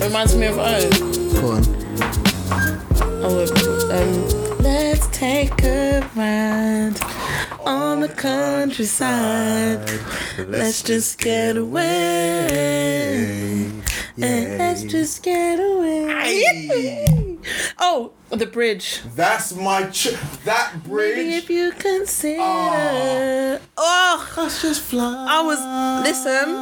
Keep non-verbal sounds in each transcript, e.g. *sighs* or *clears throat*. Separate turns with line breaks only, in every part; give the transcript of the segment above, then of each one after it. reminds me of us.
Go on.
Oh, wait, um, let's take a ride on the countryside. Let's just get away. And let's just get away. oh, the bridge.
That's my ch- that
Maybe
bridge.
if you consider. Oh,
Let's just fly.
I was listen,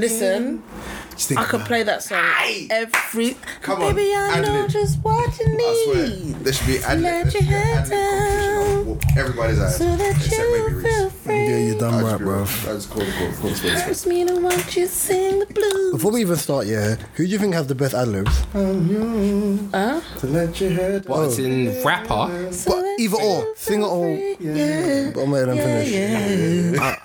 listen.
Just
I
think
could
about
play that song
Aye.
every.
Come on,
baby, I know
ad-lib.
just what you
it. I swear,
need.
there should be ad
Let
lib.
your head down
Everybody's ad
so that
except maybe
you
Reese.
feel free.
Yeah, you done right, bro.
That's cool, cool,
*laughs*
cool. cool.
Hurts me to watch you sing the blues.
Before we even start, yeah, who do you think has the best ad libs?
To let your head
What, it's in rapper?
So
But
that
either
you
or,
feel
singer or-
free. Yeah.
But I'm letting them
Yeah,
finish.
yeah.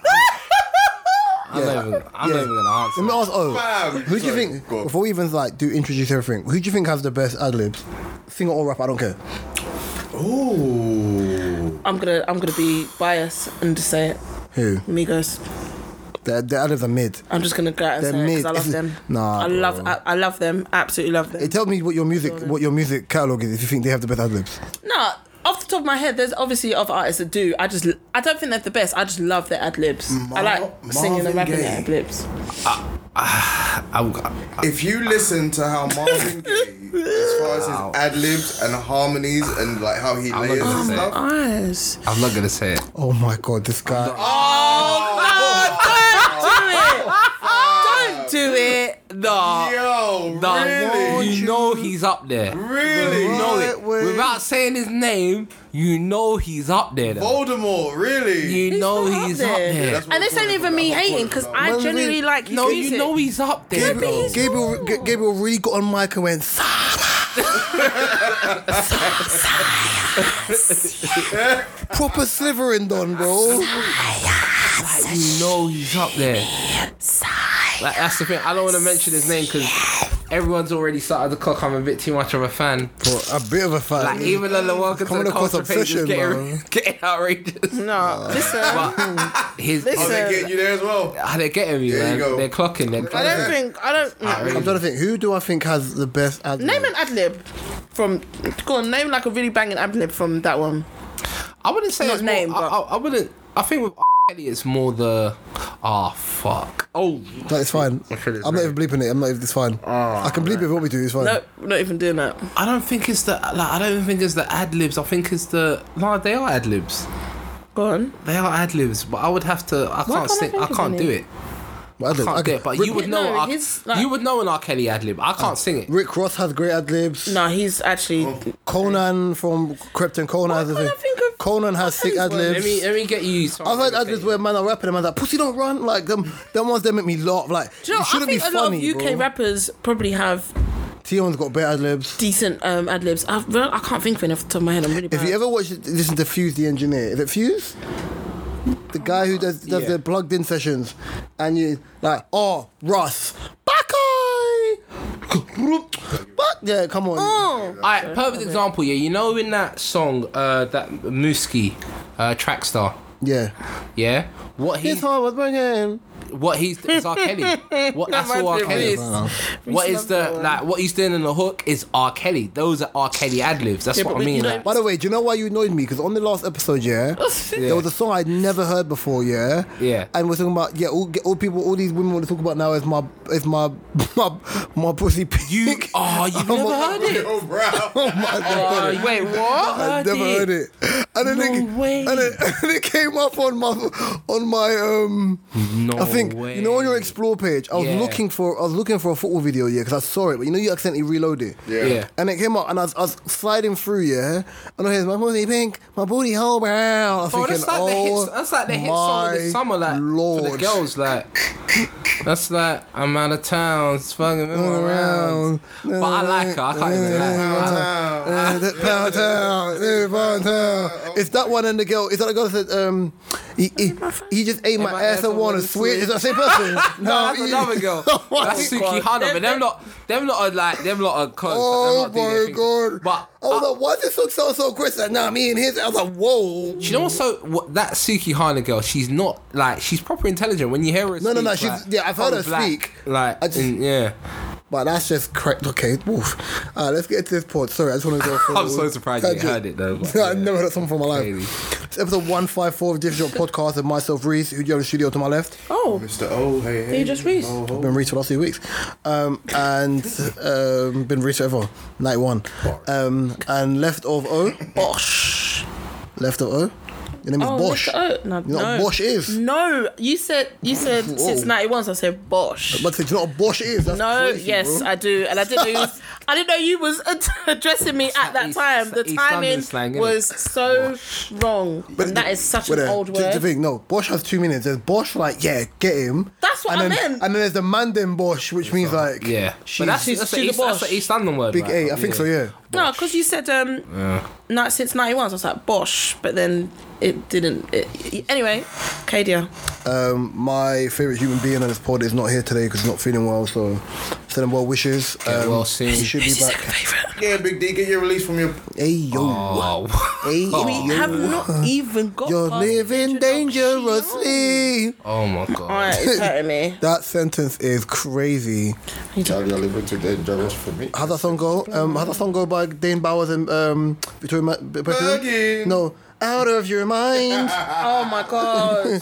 I'm not even, I'm
Yeah.
not even gonna answer.
Let me ask O.
Bam.
Who do you
Sorry,
think
go on.
before we even like do introduce everything? Who do you think has the best ad libs? Singer or rapper? I don't care.
Ooh.
I'm gonna I'm gonna be biased and just say it.
Who?
Migos.
The the ad libs are mid.
I'm just gonna go out and
They're
say it 'cause I
mid.
love
If-
them.
Nah,
I
bro.
love I, I love them. Absolutely love them.
It tells me what your music what your music catalog is. If you think they have the best ad libs,
No, off the top of my head, there's obviously other artists that do. I just, I don't think they're the best. I just love their ad libs. I like
Mar-
singing
Marvin
and rapping
Gaye.
their ad libs.
I, I,
If you listen to how
*laughs*
Marvin Gaye, as far as his ad libs and harmonies and like how he
I'm not
layers
gonna
and
say
stuff.
Eyes.
I'm not gonna say it.
oh my god, this guy.
Oh,
Don't do it. No.
Yo,
No,
really?
you know he's up there.
Really?
You know
Right
it.
way.
Without saying his name, you know he's up there. Though.
Voldemort, really?
You know he's up there.
That's what
And
we're
this ain't
calling
even
it.
me
That's what we're
hating
calling
because
it.
I
Well,
genuinely
we-
like his
No,
music.
you know he's up there.
Yeah, but
though.
he's-
Gabriel G- Gabriel really got on mic and went. "Sigh."
*laughs*
Proper slivering don, bro.
Like, you know he's up there. Like, that's the thing. I don't want to mention his name because everyone's already started the clock. I'm a bit too much of a fan.
But a bit of a fan.
Like even though the welcome to
Coming
the
across
culture page is
obsession,
getting,
man.
getting outrageous.
No, listen.
But his,
Oh,
Listen.
oh,
they're getting you there as well.
they're getting me,
There you
man.
go.
They're clocking. They're
I
clocking.
don't think I don't. mm.
I'm trying to think. Who do I think has the best ad?
Name an ad lib from. Go on, name like a really banging ad lib from that one.
I wouldn't say
Not
it's more-
name,
I,
but-
I, I wouldn't. I think with Ellie, it's more the. Oh fuck. Oh.
No, it's fine.
I feel it's
I'm not
very- Oh,
even bleeping it. I'm not even. It's fine. I can bleep it if you want me to. It's fine.
No, we're not even doing that.
I don't think it's the. Like, I don't even think it's the ad libs. I think it's the. No, they are ad libs.
Go on.
They are ad libs, but I would have to. I can't.
can't I
Stick, I
think of
can't
any?
do it.
But ad-libs,
Can't
okay.
do it. But
Rick,
you would
No,
know. our-
his, like-
you would know an R. Kelly ad lib. I can't sing it.
Rick Ross has great ad libs.
No, he's actually.
Oh. Conan from Krypton. Conan has a
can't I
thing.
think of-
Conan has sick ad
Let me.
libs.
Let me get you.
I've
something
had
to
ad
say.
libs where man are rapping and man's like, "Pussy don't run." Like them. Them ones that make me laugh. Like
Do you know,
it
I
shouldn't
think
be
a lot
funny.
of UK
bro.
rappers probably have
Tion's got better ad libs.
decent um, ad libs. I I can't think of any off the top of my head. I'm really bad.
If you ever watch, listen to Fuse the Engineer. Is it Fuse? The guy who does, does the plugged in sessions, and you like, oh, Russ, *laughs* Buckeye, but yeah, come on.
Oh.
Alright, perfect example. Yeah, you know in that song, uh, that Mooski, uh, Trackstar.
Yeah.
Yeah, what he
His heart was banging.
what he's it's
*laughs*
R. Kelly. What that's all R.
reminds me
Kelly
of
is. What is the like what he's doing in the hook is R. Kelly. Those are R. Kelly ad libs. That's
Yeah,
what
but we-
I
you
mean.
don't-
like-
By the way, do you know why you annoyed me? Because on the last episode,
*laughs*
yeah, there was a song I'd never heard before, yeah.
Yeah.
And we're talking about yeah, all, get- all people, all these women want to talk about now is my is my *laughs* my my pussy pink. *laughs*
you oh you've
Oh
never
my- *laughs*
heard
*laughs* *laughs*
it.
Oh, bro.
Oh, wait, what?
I never heard it. And then, it,
way.
And, it, *laughs* and it came up on my on my um.
No
I think
way.
you know on your explore page. I was
Yeah.
looking for I was looking for a football video, yeah, because I saw it, but you know you accidentally reload it.
Yeah.
Yeah.
And it came up, and I was, I was sliding through, yeah. And I hear my booty pink, my booty hole, bro. I was
Oh,
thinking,
that's like the
oh,
hit. That's like the hit song of the
my
summer, like for the
Lord.
girls, like. That's like I'm out of town, it's fucking me around.
around.
But I like her. I can't even lie. I like-
Uh, that pound town, eh, pound town. *laughs* It's that one and the girl. Is that the girl that said, um, he, he, he just ate my ass and wanna switch? Is that the same
*laughs*
person?
No, that's
you- *laughs*
another girl.
Oh my
that's Suki Hana, but them lot, them lot are like, them lot are close.
Oh
like, them lot do their
my
things.
god! Oh
But uh,
I was like, "Why does this look so so aggressive?" Nah, me and his. I was like, "Whoa!"
do you know what's so what, that Suki Hana girl? She's not like she's proper intelligent. When you hear her,
No, no, no,
speak,
she's-
like,
yeah, I've heard her
proper black,
speak.
Like,
I just-
and, yeah,
But that's just correct. Okay, woof. Uh, let's get to this pod. Sorry, I just want to go
*laughs*
for
I'm so surprised you heard it, though.
*laughs* I never heard that song for my life.
Crazy.
It's episode 154 of Different Podcast with myself, Reese, who you have in the studio to my left.
Oh,
Mr. Oh, hey, hey.
you just reached.
Oh, oh.
Been Reese for the last few weeks. Um, and um, been Reese forever. Night one. Um, and left of O.
Bosh.
Left of O. Your name is
Oh,
Bosch.
Mr. O. No,
You know what
no.
Bosch is?
No, you said you
*laughs*
said since ninety one. So I said Bosch.
But do you know what Bosch is? That's
No,
crazy,
yes,
bro.
I do, and I didn't know you
*laughs*
was, I didn't know you was *laughs* ad- addressing me at that
East-
time. The
East
timing
London slang, innit?
was so wrong, and that is such
But,
an
uh,
old
do-
word.
Do, you think? No, Bosch has two meanings. There's Bosch, like, yeah, get him.
That's what
and
I
then,
meant.
And then there's the Mandem Bosch, which means, like,
Yeah.
she's
But that's, that's,
she's
a
a
East, that's
boss.
an East London word.
big
right?
A. I think so, yeah.
no, because you said um, not since ninety one. So I was like Bosch, but then it didn't. It, anyway, Kadia,
Um, my favorite human being on this pod is not here today because he's not feeling well. So, send him well wishes.
Get
Um,
well soon.
He should be
who's your
back.
favorite?
Yeah, Big D, get your release from your.
Hey yo,
*laughs* Oh.
hey
We
yo,
have not even got.
you're
past the
living
introduction.
dangerously.
oh my god.
Alright, it's hurting
*laughs*
me.
That sentence is crazy.
Charlie Oliver took that jobs for me.
How's that song go? Um, how's that song go by Dane Bowers and um, Victoria? Ma- B- Beckham?
Bugging.
no, out of your mind,
Oh my god,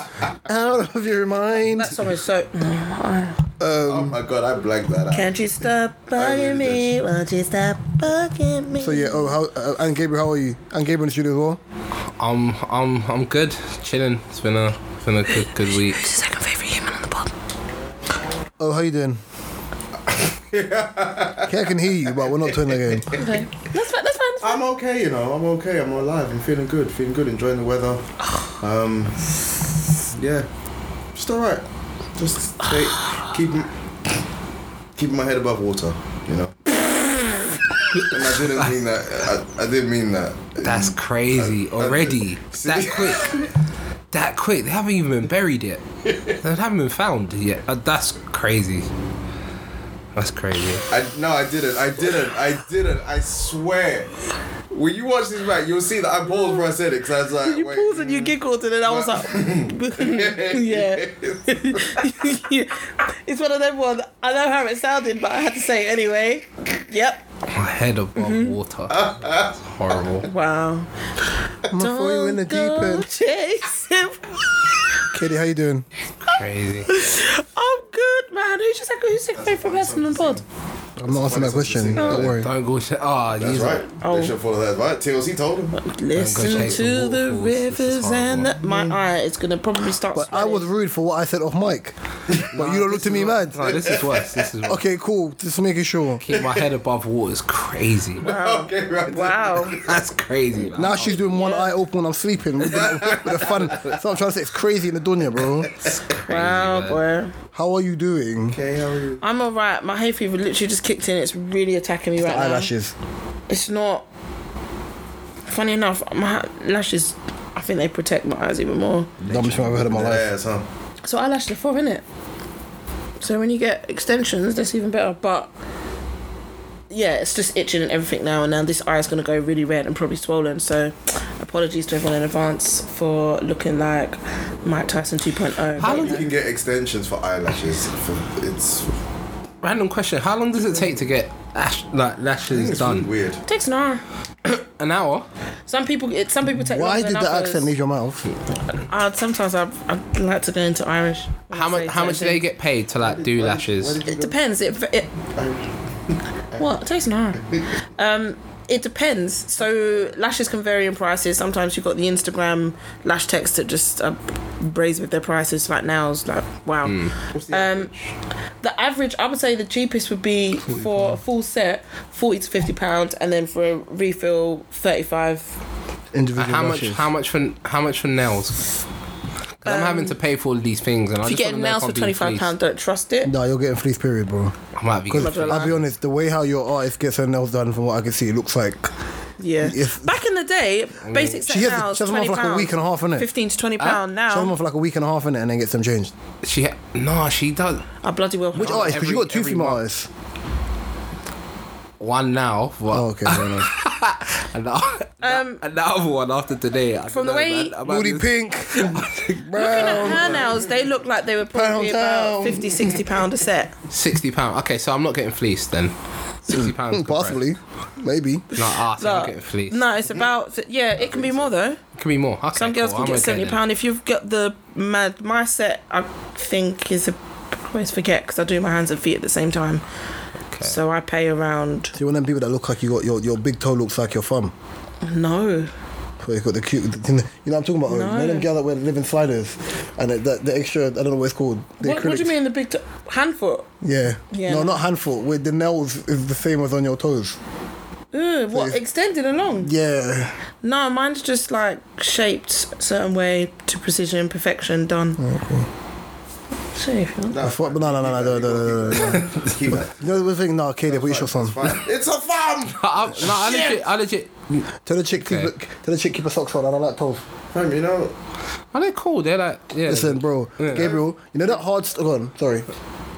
out of your mind.
that song is so.
oh my god, I blanked that out.
Can't you stop
really
bugging me? Won't you stop bugging me?
So yeah. Oh, how? Uh, and Gabriel, how are you? And Gabriel in the studio as well.
I'm I'm I'm good. Chilling. It's been a it's been a good good week.
Who's your second favorite human on the pod?
Oh, how you doing? okay, I can hear you, but we're not doing again.
Okay, that's fine. That's fine. That's fine.
I'm okay, you know. I'm okay. I'm alive. I'm feeling good. Feeling good. Enjoying the *sighs* weather. Um, yeah, just all right. Just take, keep keeping my head above water. You *sighs* know. and I didn't mean that. I, I didn't mean that.
That's crazy already. That quick. That quick. They haven't even been buried yet. They haven't been found yet. Uh, that's crazy. That's crazy.
I, no, I didn't. I didn't. I didn't. I swear. When you watch this back, you'll see that I paused when I said it because I was like,
You
wait.
paused and you giggled, and then I was like, yeah. *laughs* it's one of them ones. I know how it sounded, but I had to say it anyway. Yep.
My head above water. It's horrible.
Wow.
I'm gonna throw you in the deep
go
end.
chasing.
Katie, how you doing?
Crazy.
I'm good, man. Who's your second? Who's your favorite person on the pod?
I'm not answering that question. Don't worry.
Don't go. Ch- oh,
That's
these
right.
Oh.
They should follow that. Right. TLC told him.
Don't go
Listen
chasing
to the
waterfalls. This is
rivers and the,
horrible.
my eye is gonna probably start.
But I was rude for what I said off mic. But you don't look to me mad.
No, this is worse. This is worse.
Okay, cool. Just making sure.
Keep my head above water is crazy.
Oh.
*laughs* Okay, right.
wow.
That's crazy. man.
Now she's doing one eye open when I'm sleeping with the, with the fun. So I'm trying to say it's crazy in the dunya, bro.
Wow, boy.
How are you doing?
Okay, how are you?
I'm alright. My hay fever literally just kicked in. It's really attacking me right now.
Eyelashes.
It's not. Funny enough, my lashes. I think they protect my eyes even more.
Dumbest thing I've ever heard in my life.
Yes, huh?
So eyelash are four, it? So when you get extensions, that's even better. But yeah, it's just itching and everything now. And now this eye is gonna go really red and probably swollen. So apologies to everyone in advance for looking like Mike Tyson 2.0.
How
But,
long
you
You
know,
can get extensions for eyelashes. For, it's,
Random question: How long does it take to get ash- like lashes
it's
done?
weird.
it takes an hour.
An hour.
Some people, it, some people take.
Why
longer
did
than
the
others.
accent leave your mouth?
Hmm.
Uh, sometimes I I like to go into Irish. when
How
I say
much? How much do
certain
they get paid to like do lashes?
It depends. It, it *laughs* what? It tastes nice. Um, it depends. So lashes can vary in prices. Sometimes you've got the Instagram lash techs that just uh, raise with their prices like nails. Like wow.
Hmm.
Um, the average, I would say, the cheapest would be for a full set, forty to fifty pounds, and then for a refill, thirty-five.
Individual
How much?
lashes.
How much for? How much for nails? 'Cause I'm having to pay for all these things, and I
If you
just
Um, get
wanna know
nails
if
for
I'm being
twenty-five pounds,
fleeced.
don't trust it.
Nah, you're getting fleece period, bro.
I might be.
Because
Not gonna
I'll be
lie.
honest, the way how your artist gets her nails done, from what I can see, it looks like
Yeah.
If-
Back in the day, basic set
She has-
nails.
she has them on
20
for like a
pounds,
week and a half, innit? Ah,
Fifteen to twenty pound now.
some of like a week and a half in it and then gets them changed.
She. Ha- no, she does
I bloody will.
Which artist? Because you
every-
got two
every
female
month.
artists.
one now. But *laughs*
Oh, okay, fair enough.
and *laughs* now, um, and that other one after today. I don't
from the
know,
way-
man. I might
Moody
be- *laughs*
pink, brown.
Her nails, they look like they were probably
Oh, Pound
about
down.
50, 60 pound a
*laughs*
set.
sixty pound. Okay, so I'm not getting fleeced then. Sixty pounds,
*laughs*
good
Possibly, maybe.
price. No, ass. I'm
But-
getting fleeced.
No, it's about yeah. It can be more though.
Could be more. Okay,
Some girls
cool.
can
I'm
get
okay
seventy
then.
pound if you've got the mad. My set, I think is a. I always forget because I do my hands and feet at the same time. So I pay around.
So you want them people that look like you got your, your big toe looks like your thumb.
No,
So you got the cute, the thing that- you know what I'm talking about?
No.
You know them girls that wear living sliders and the, the, the extra, I don't know what it's called. The
what, what do you
acrylics?
mean the big t- hand foot?
Yeah.
Yeah,
No,
no.
not handful. With the nails is the same as on your toes.
Ugh, what extended and long?
Yeah.
No, mine's just like shaped a certain way to precision, perfection, done. So if you want.
I thought, but no, no, no, no, no, no, no, no, no. no.
*laughs* Keep that.
You know the thing? No, Katie, put your
It's
shots on.
fine. It's a farm.
I, I, no, I legit, I legit.
Tell the chick, keep,
Okay.
tell the chick, keep her socks on. I don't like toes.
Fam, you know,
Are they cool? They're like, yeah.
Listen, bro, Gabriel, you know that hard. St- go on, sorry,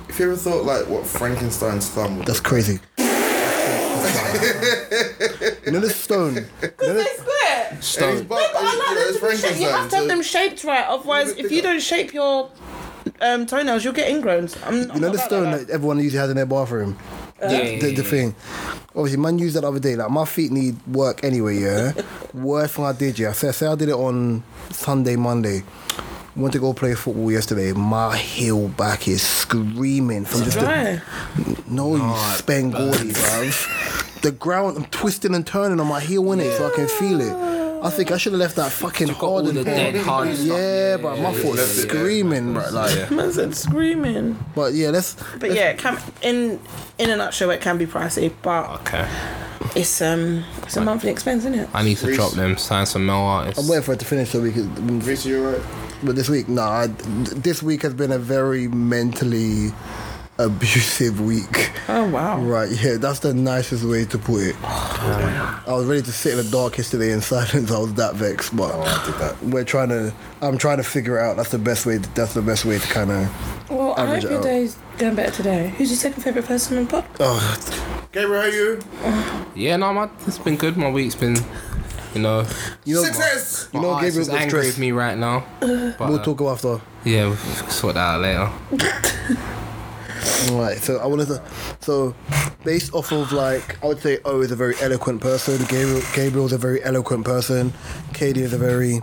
if you ever thought like what Frankenstein's thumb would
that's crazy. you know the stone. You know the-
split.
And his
Stone.
butt
No, but
is-
I
you know,
like them to be shaped. You
it's Frankenstein,
have to have
so-
them shaped right. Otherwise, if you don't shape your um, toenails, you'll get ingrowns. I'm, I'm
you know
not
the
about
stone
that.
that everyone usually has in their bathroom.
uh,
Yeah.
The, the thing. Obviously, man used that the other day. Like, my feet need work anyway,
*laughs*
yeah? Worst thing I did, yeah. Say, say I did it on Sunday, Monday. Went to go play football yesterday. My heel back is screaming from just the,
Dry.
no, you Bengali, bruv. The ground, I'm twisting and turning on my heel, innit, it, so I can feel it. I think I should have left that fucking
Got all
hard
the
in
dead
there.
hard stuff.
Yeah, but my
yeah,
foot's
yeah, yeah.
screaming, bruh, Like,
Man said screaming.
but yeah, that's
But yeah, it can, in in a nutshell, it can be pricey, but
Okay.
it's um it's a monthly expense, isn't it?
I need to
Reese.
drop them. Sign some male artists.
I'm waiting for it to finish so we could
Reese, you right?
But this week, nah, I, this week has been a very mentally abusive week.
Oh wow.
Right, yeah, that's the nicest way to put it. I was ready to sit in the dark yesterday in *laughs* silence. I was that vexed, but
I did that.
we're trying to. I'm trying to figure out. That's the best way. That's the best way to kind of.
Well, I
Average
hope
it
your
out.
day's going better today. Who's your second favorite person in pod?
Oh,
Gabriel, how are you?
Yeah, no, my, it's been good. My week's been, you know,
you know,
Success!
you know, Gabriel
my Gabriel is
was
angry
stressed.
with me right now. But,
*laughs* We'll
uh,
talk after.
yeah, we'll sort that out later.
Right, so I wanted to, so based off of like, I would say O is a very eloquent person, Gabriel Gabriel's a very eloquent person, Katie is a very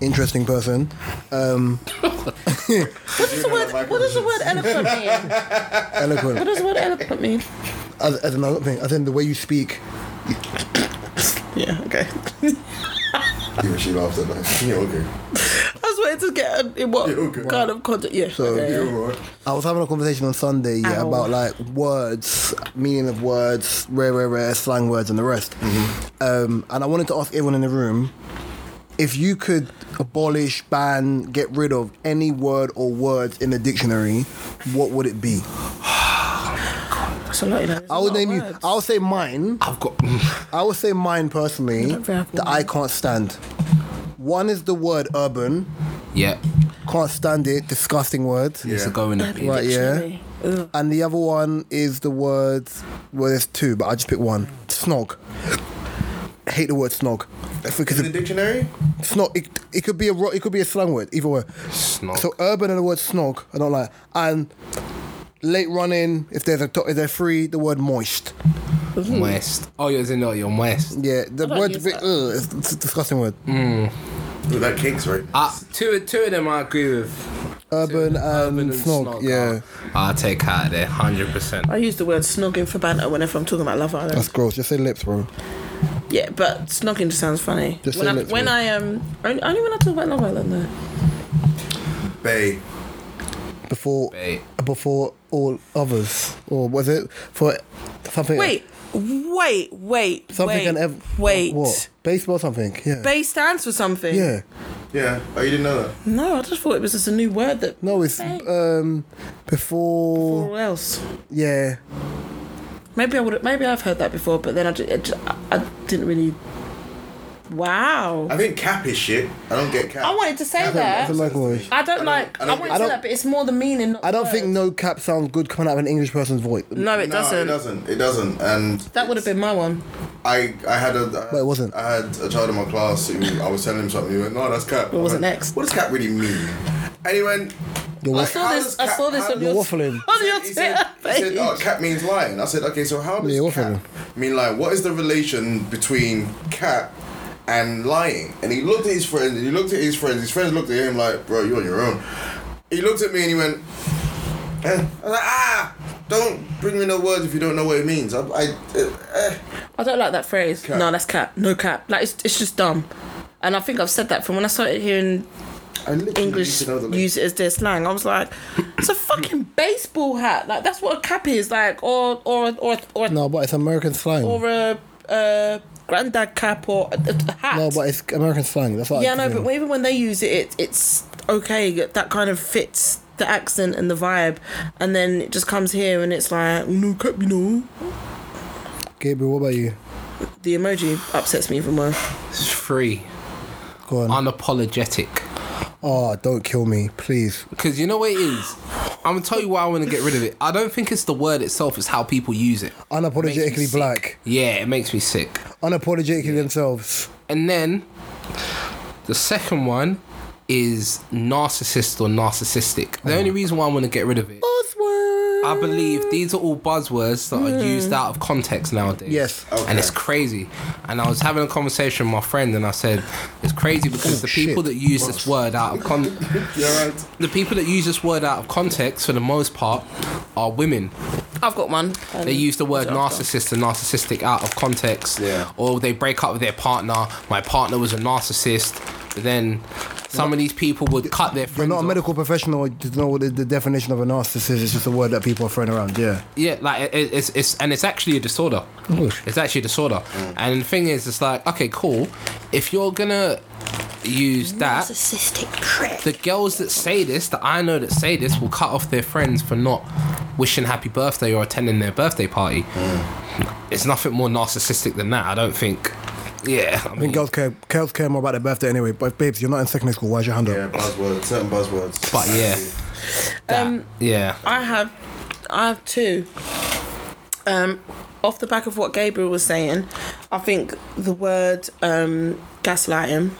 interesting person. Um,
What does the word What does the word eloquent
*laughs*
mean? What *laughs*
eloquent,
does the word eloquent mean?
as, as another thing, as in the way you speak.
Yeah. Okay. *laughs*
Yeah, she laughed at that. Yeah, okay.
I was waiting to get a, in what
Yeah, okay.
kind of content. Yeah.
So-
okay.
Uh, You alright?
I was having a conversation on Sunday, yeah,
Ow.
about like words, meaning of words, rare, rare, rare, slang words, and the rest. Um, and I wanted to ask everyone in the room if you could abolish, ban, get rid of any word or words in the dictionary, what would it be?
That's a lot, you know.
I would name you. I'll say mine.
I've got. *laughs*
I would say mine personally
don't have
that
one.
I can't stand. One is the word urban.
Yeah,
Can't stand it. Disgusting word.
needs to
Yeah.
go in the bin.
Right, yeah.
yeah.
And the other one is the word. Well, there's two, but I just pick one. Snog. Hate the word snog. If we
In the
could,
dictionary?
snog. It, it could be a ro- it could be a slang word. Either way.
Snog.
So urban and the word snog. I don't like. And late running. If there's a to- if they're free, the word moist.
West. Oh, you're in you're West.
Yeah, the
don't
word
use
vi-
that.
ugh, it's, it's a disgusting word.
Look, that cake's right.
Uh,
Ah.
two, two of them I agree with.
Urban, and, ah.
Urban and
snog, yeah.
I'll take out of there, 100%.
I use the word snogging for banter whenever I'm talking about Love Island.
That's gross. Just say lips, bro.
yeah, but snogging just sounds funny.
Just
when
say
I,
let's
when
go.
I um only, only when I talk about Love Island though.
Bay.
Before,
Babe.
before all others, or was it for something?
Wait, wait, wait,
something
wait,
and ev-
wait.
What? Baseball, something? Yeah.
Bay stands for something.
yeah.
Yeah. Oh, you didn't know that?
No, I just thought it was just a new word that.
No, it's
Bay.
um before.
Or else.
Yeah.
Maybe I would. Maybe I've heard that before, but then I, ju- it ju- I, I didn't really Wow.
I think cap is shit. I don't get cap.
I wanted to say
That's a
that.
local voice.
I don't like.
I
I,
don't-
wanted
I
to
don't-
say that, but it's more the meaning. Not
I don't
the
think
words.
no cap sounds good coming out of an English person's voice. But
No, it
No,
doesn't.
It doesn't. It doesn't. And
That would have been my one.
I, I had a. uh,
But it wasn't.
I had a child in my class who I was telling him something. He went, "No, that's cap." What
was it next?
What does cap really mean? And he went.
I
like,
saw
how
this.
does
I
cap-
saw this
how
on
You're
your
waffling.
*laughs* on your
He said,
Twitter
he said, oh,
page.
cap means lying. I said, okay, so how does
Yeah, what
cap mean lying? What is the relation between cap and lying? And he looked at his friends, and he looked at his friends, his friends looked at him like, bro, you're on your own. He looked at me and he went, eh. I was like, ah, don't bring me no words if you don't know what it means. I, I eh, eh.
I don't like that phrase.
Cap.
No, that's cap. No cap. Like it's, it's just dumb. And I think I've said that from when I started hearing
I literally
English
need to know the
use it as their slang. I was like, it's a fucking baseball hat. Like that's what a cap is. Like or or or or
No, but it's American slang.
or a uh, granddad cap or a, a hat.
No, but it's American slang. That's what
yeah,
I
no,
think.
but even when they use it, it it's okay. That that kind of fits the accent and the vibe. And then it just comes here and it's like no cap, you know.
Gabriel, what about you?
The emoji upsets me even more.
It's free.
Go on.
Unapologetic.
oh, don't kill me, please.
Because you know what it is? I'm going to tell you why I want to get rid of it. I don't think it's the word itself, it's how people use it. Makes me
Unapologetically
sick.
black.
Yeah, it makes me sick.
Unapologetically themselves.
And then the second one is narcissist or narcissistic. The
Mm.
only reason why I want to get rid of it,
Buzzword.
I believe these are all buzzwords that are used out of context nowadays.
Mm. Yes.
Okay.
And it's crazy. And I was having a conversation with my friend, and I said, "It's crazy because
Oh,
the people
shit.
that use this word out
*laughs*
of con-
Yeah, right.
the people that use this word out of context, for the most part, are women.
I've got one.
They use the word
narcissist.
narcissist and narcissistic out of context.
Yeah.
Or they break up with their partner. My partner was a narcissist. But then some of these people would cut their
You're
friends.
not a
off.
medical professional to know what the, the definition of a narcissist is. It's just a word that people are throwing around. Yeah.
Yeah, like it, it's it's and it's actually a disorder. It's actually a disorder. And the thing is, it's like okay, cool. If you're gonna use that,
narcissistic prick.
the girls that say this, that I know that say this, will cut off their friends for not wishing happy birthday or attending their birthday party.
Mm.
It's nothing more narcissistic than that. I don't think. Yeah, I
I
Mm.
think
mean,
girls care, girls care more about their birthday anyway. But babes, you're not in secondary school. Why's your hand up?
Yeah, buzzwords, certain buzzwords.
but yeah, that,
um,
yeah.
I have, I have two. Um, off the back of what Gabriel was saying, I think the word um gaslighting.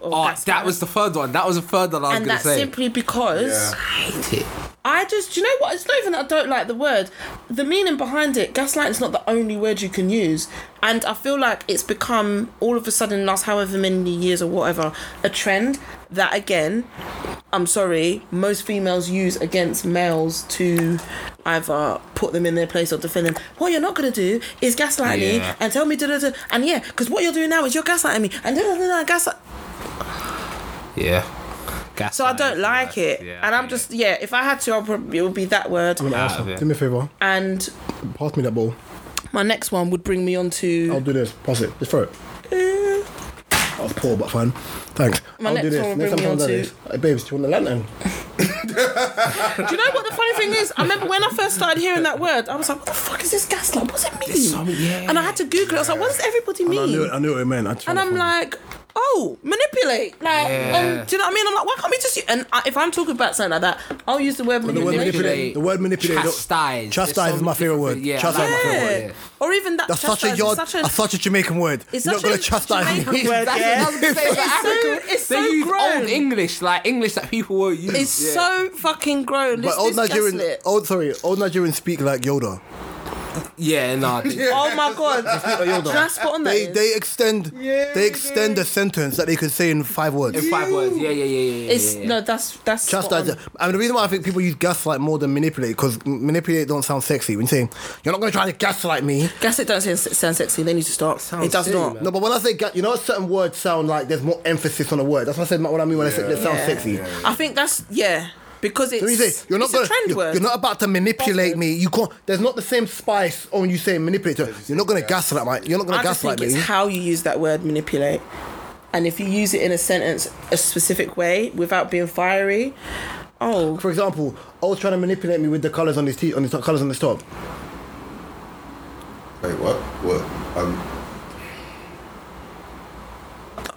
or
Oh,
gaslight-
that was the third one. That was the third one I was
And
gonna
that's
say.
simply because
Yeah.
Hate it.
I just, do you know what? It's not even that I don't like the word. The meaning behind it, gaslighting's not the only word you can use. And I feel like it's become, all of a sudden, in the last however many years or whatever, a trend that, again, I'm sorry, most females use against males to either put them in their place or defend them. What you're not going to do is gaslight me
Yeah.
and tell me, da da da. And yeah, because what you're doing now is you're gaslighting me and da da da da, gaslight.
Yeah. Gaslighting.
So I don't like it.
Yeah,
and I'm
yeah.
just, yeah, if I had to, I'll probably, it would be that word.
I'm gonna
Out
ask
of
her.
it.
Do me a favor.
And
Pass me that ball.
My next one would bring me on to.
I'll do this. Pass it. Just throw it. That was poor but fun. Thanks.
Eh. My
I'll do
next
this.
one will
next
bring
time
me
I'll
on
do
to-
this. Hey, babes, do you want a lantern? Oh.
Do you know what the funny thing is? I remember when I first started hearing that word, I was like, "What the fuck is this gaslight? What's it mean?"
so- yeah.
And I had to Google. it. I was like, "What does everybody
I
mean?"
knew, it- I knew what it meant. I
and I'm like, "Oh, manipulate." Like,
Yeah.
um, do you know what I mean? I'm like, "Why can't we just?" u- And I, if I'm talking about something like that, I'll use the word
the word
manipulation.
manipulate. The word manipulate.
Chastise.
Chastise is my favorite word.
Yeah, I
Chastise is my
like
favorite
that.
word.
Yeah.
Yeah.
Or even that.
That's such a,
chastise is
yard,
such
that's such a Jamaican word.
It's such
You're not gonna
a
chastise
Jamaican
me.
word,
That's
yeah.
what I was gonna say about
It's so-
Africa.
it's
they
so
use
grown.
old English, like English that people won't use.
It's
Yeah.
so fucking grown.
*laughs* But
This,
old
this
Nigerian,
gaslit.
old sorry, old Nigerians speak like Yoda.
yeah, nah. dude.
Oh my god! Can I spot on that?
*laughs* They
is?
they extend they extend a sentence that they could say in five words.
In five words. Yeah, yeah, yeah, yeah. yeah,
it's
yeah, yeah.
no. That's that's. spot
Chastise.
on.
I mean, the reason why I think people use gaslight more than manipulate because manipulate don't sound sexy. When you say you're not going to try to gaslight me,
Gaslit don't sound, sound sexy. They need to stop.
Sounds
it does
silly,
not.
man.
no, but when I say ga- you know, certain words sound like there's more emphasis on a word. That's what I said. What I mean when I said it sounds
Yeah.
sexy.
I think that's yeah because it's.
So you say you're not
it's
gonna,
a trend
you're,
word.
you're not about to manipulate me. You can't. There's not the same spice on when you say manipulate. So You're not going to gaslight my. You're not going
I
to
just think
gaslight
it's
me.
how you use that word manipulate, and if you use it in a sentence a specific way without being fiery. Oh,
For example, O's trying to manipulate me with the colors on his teeth, on his colors on his top.
Wait, what? What? Um,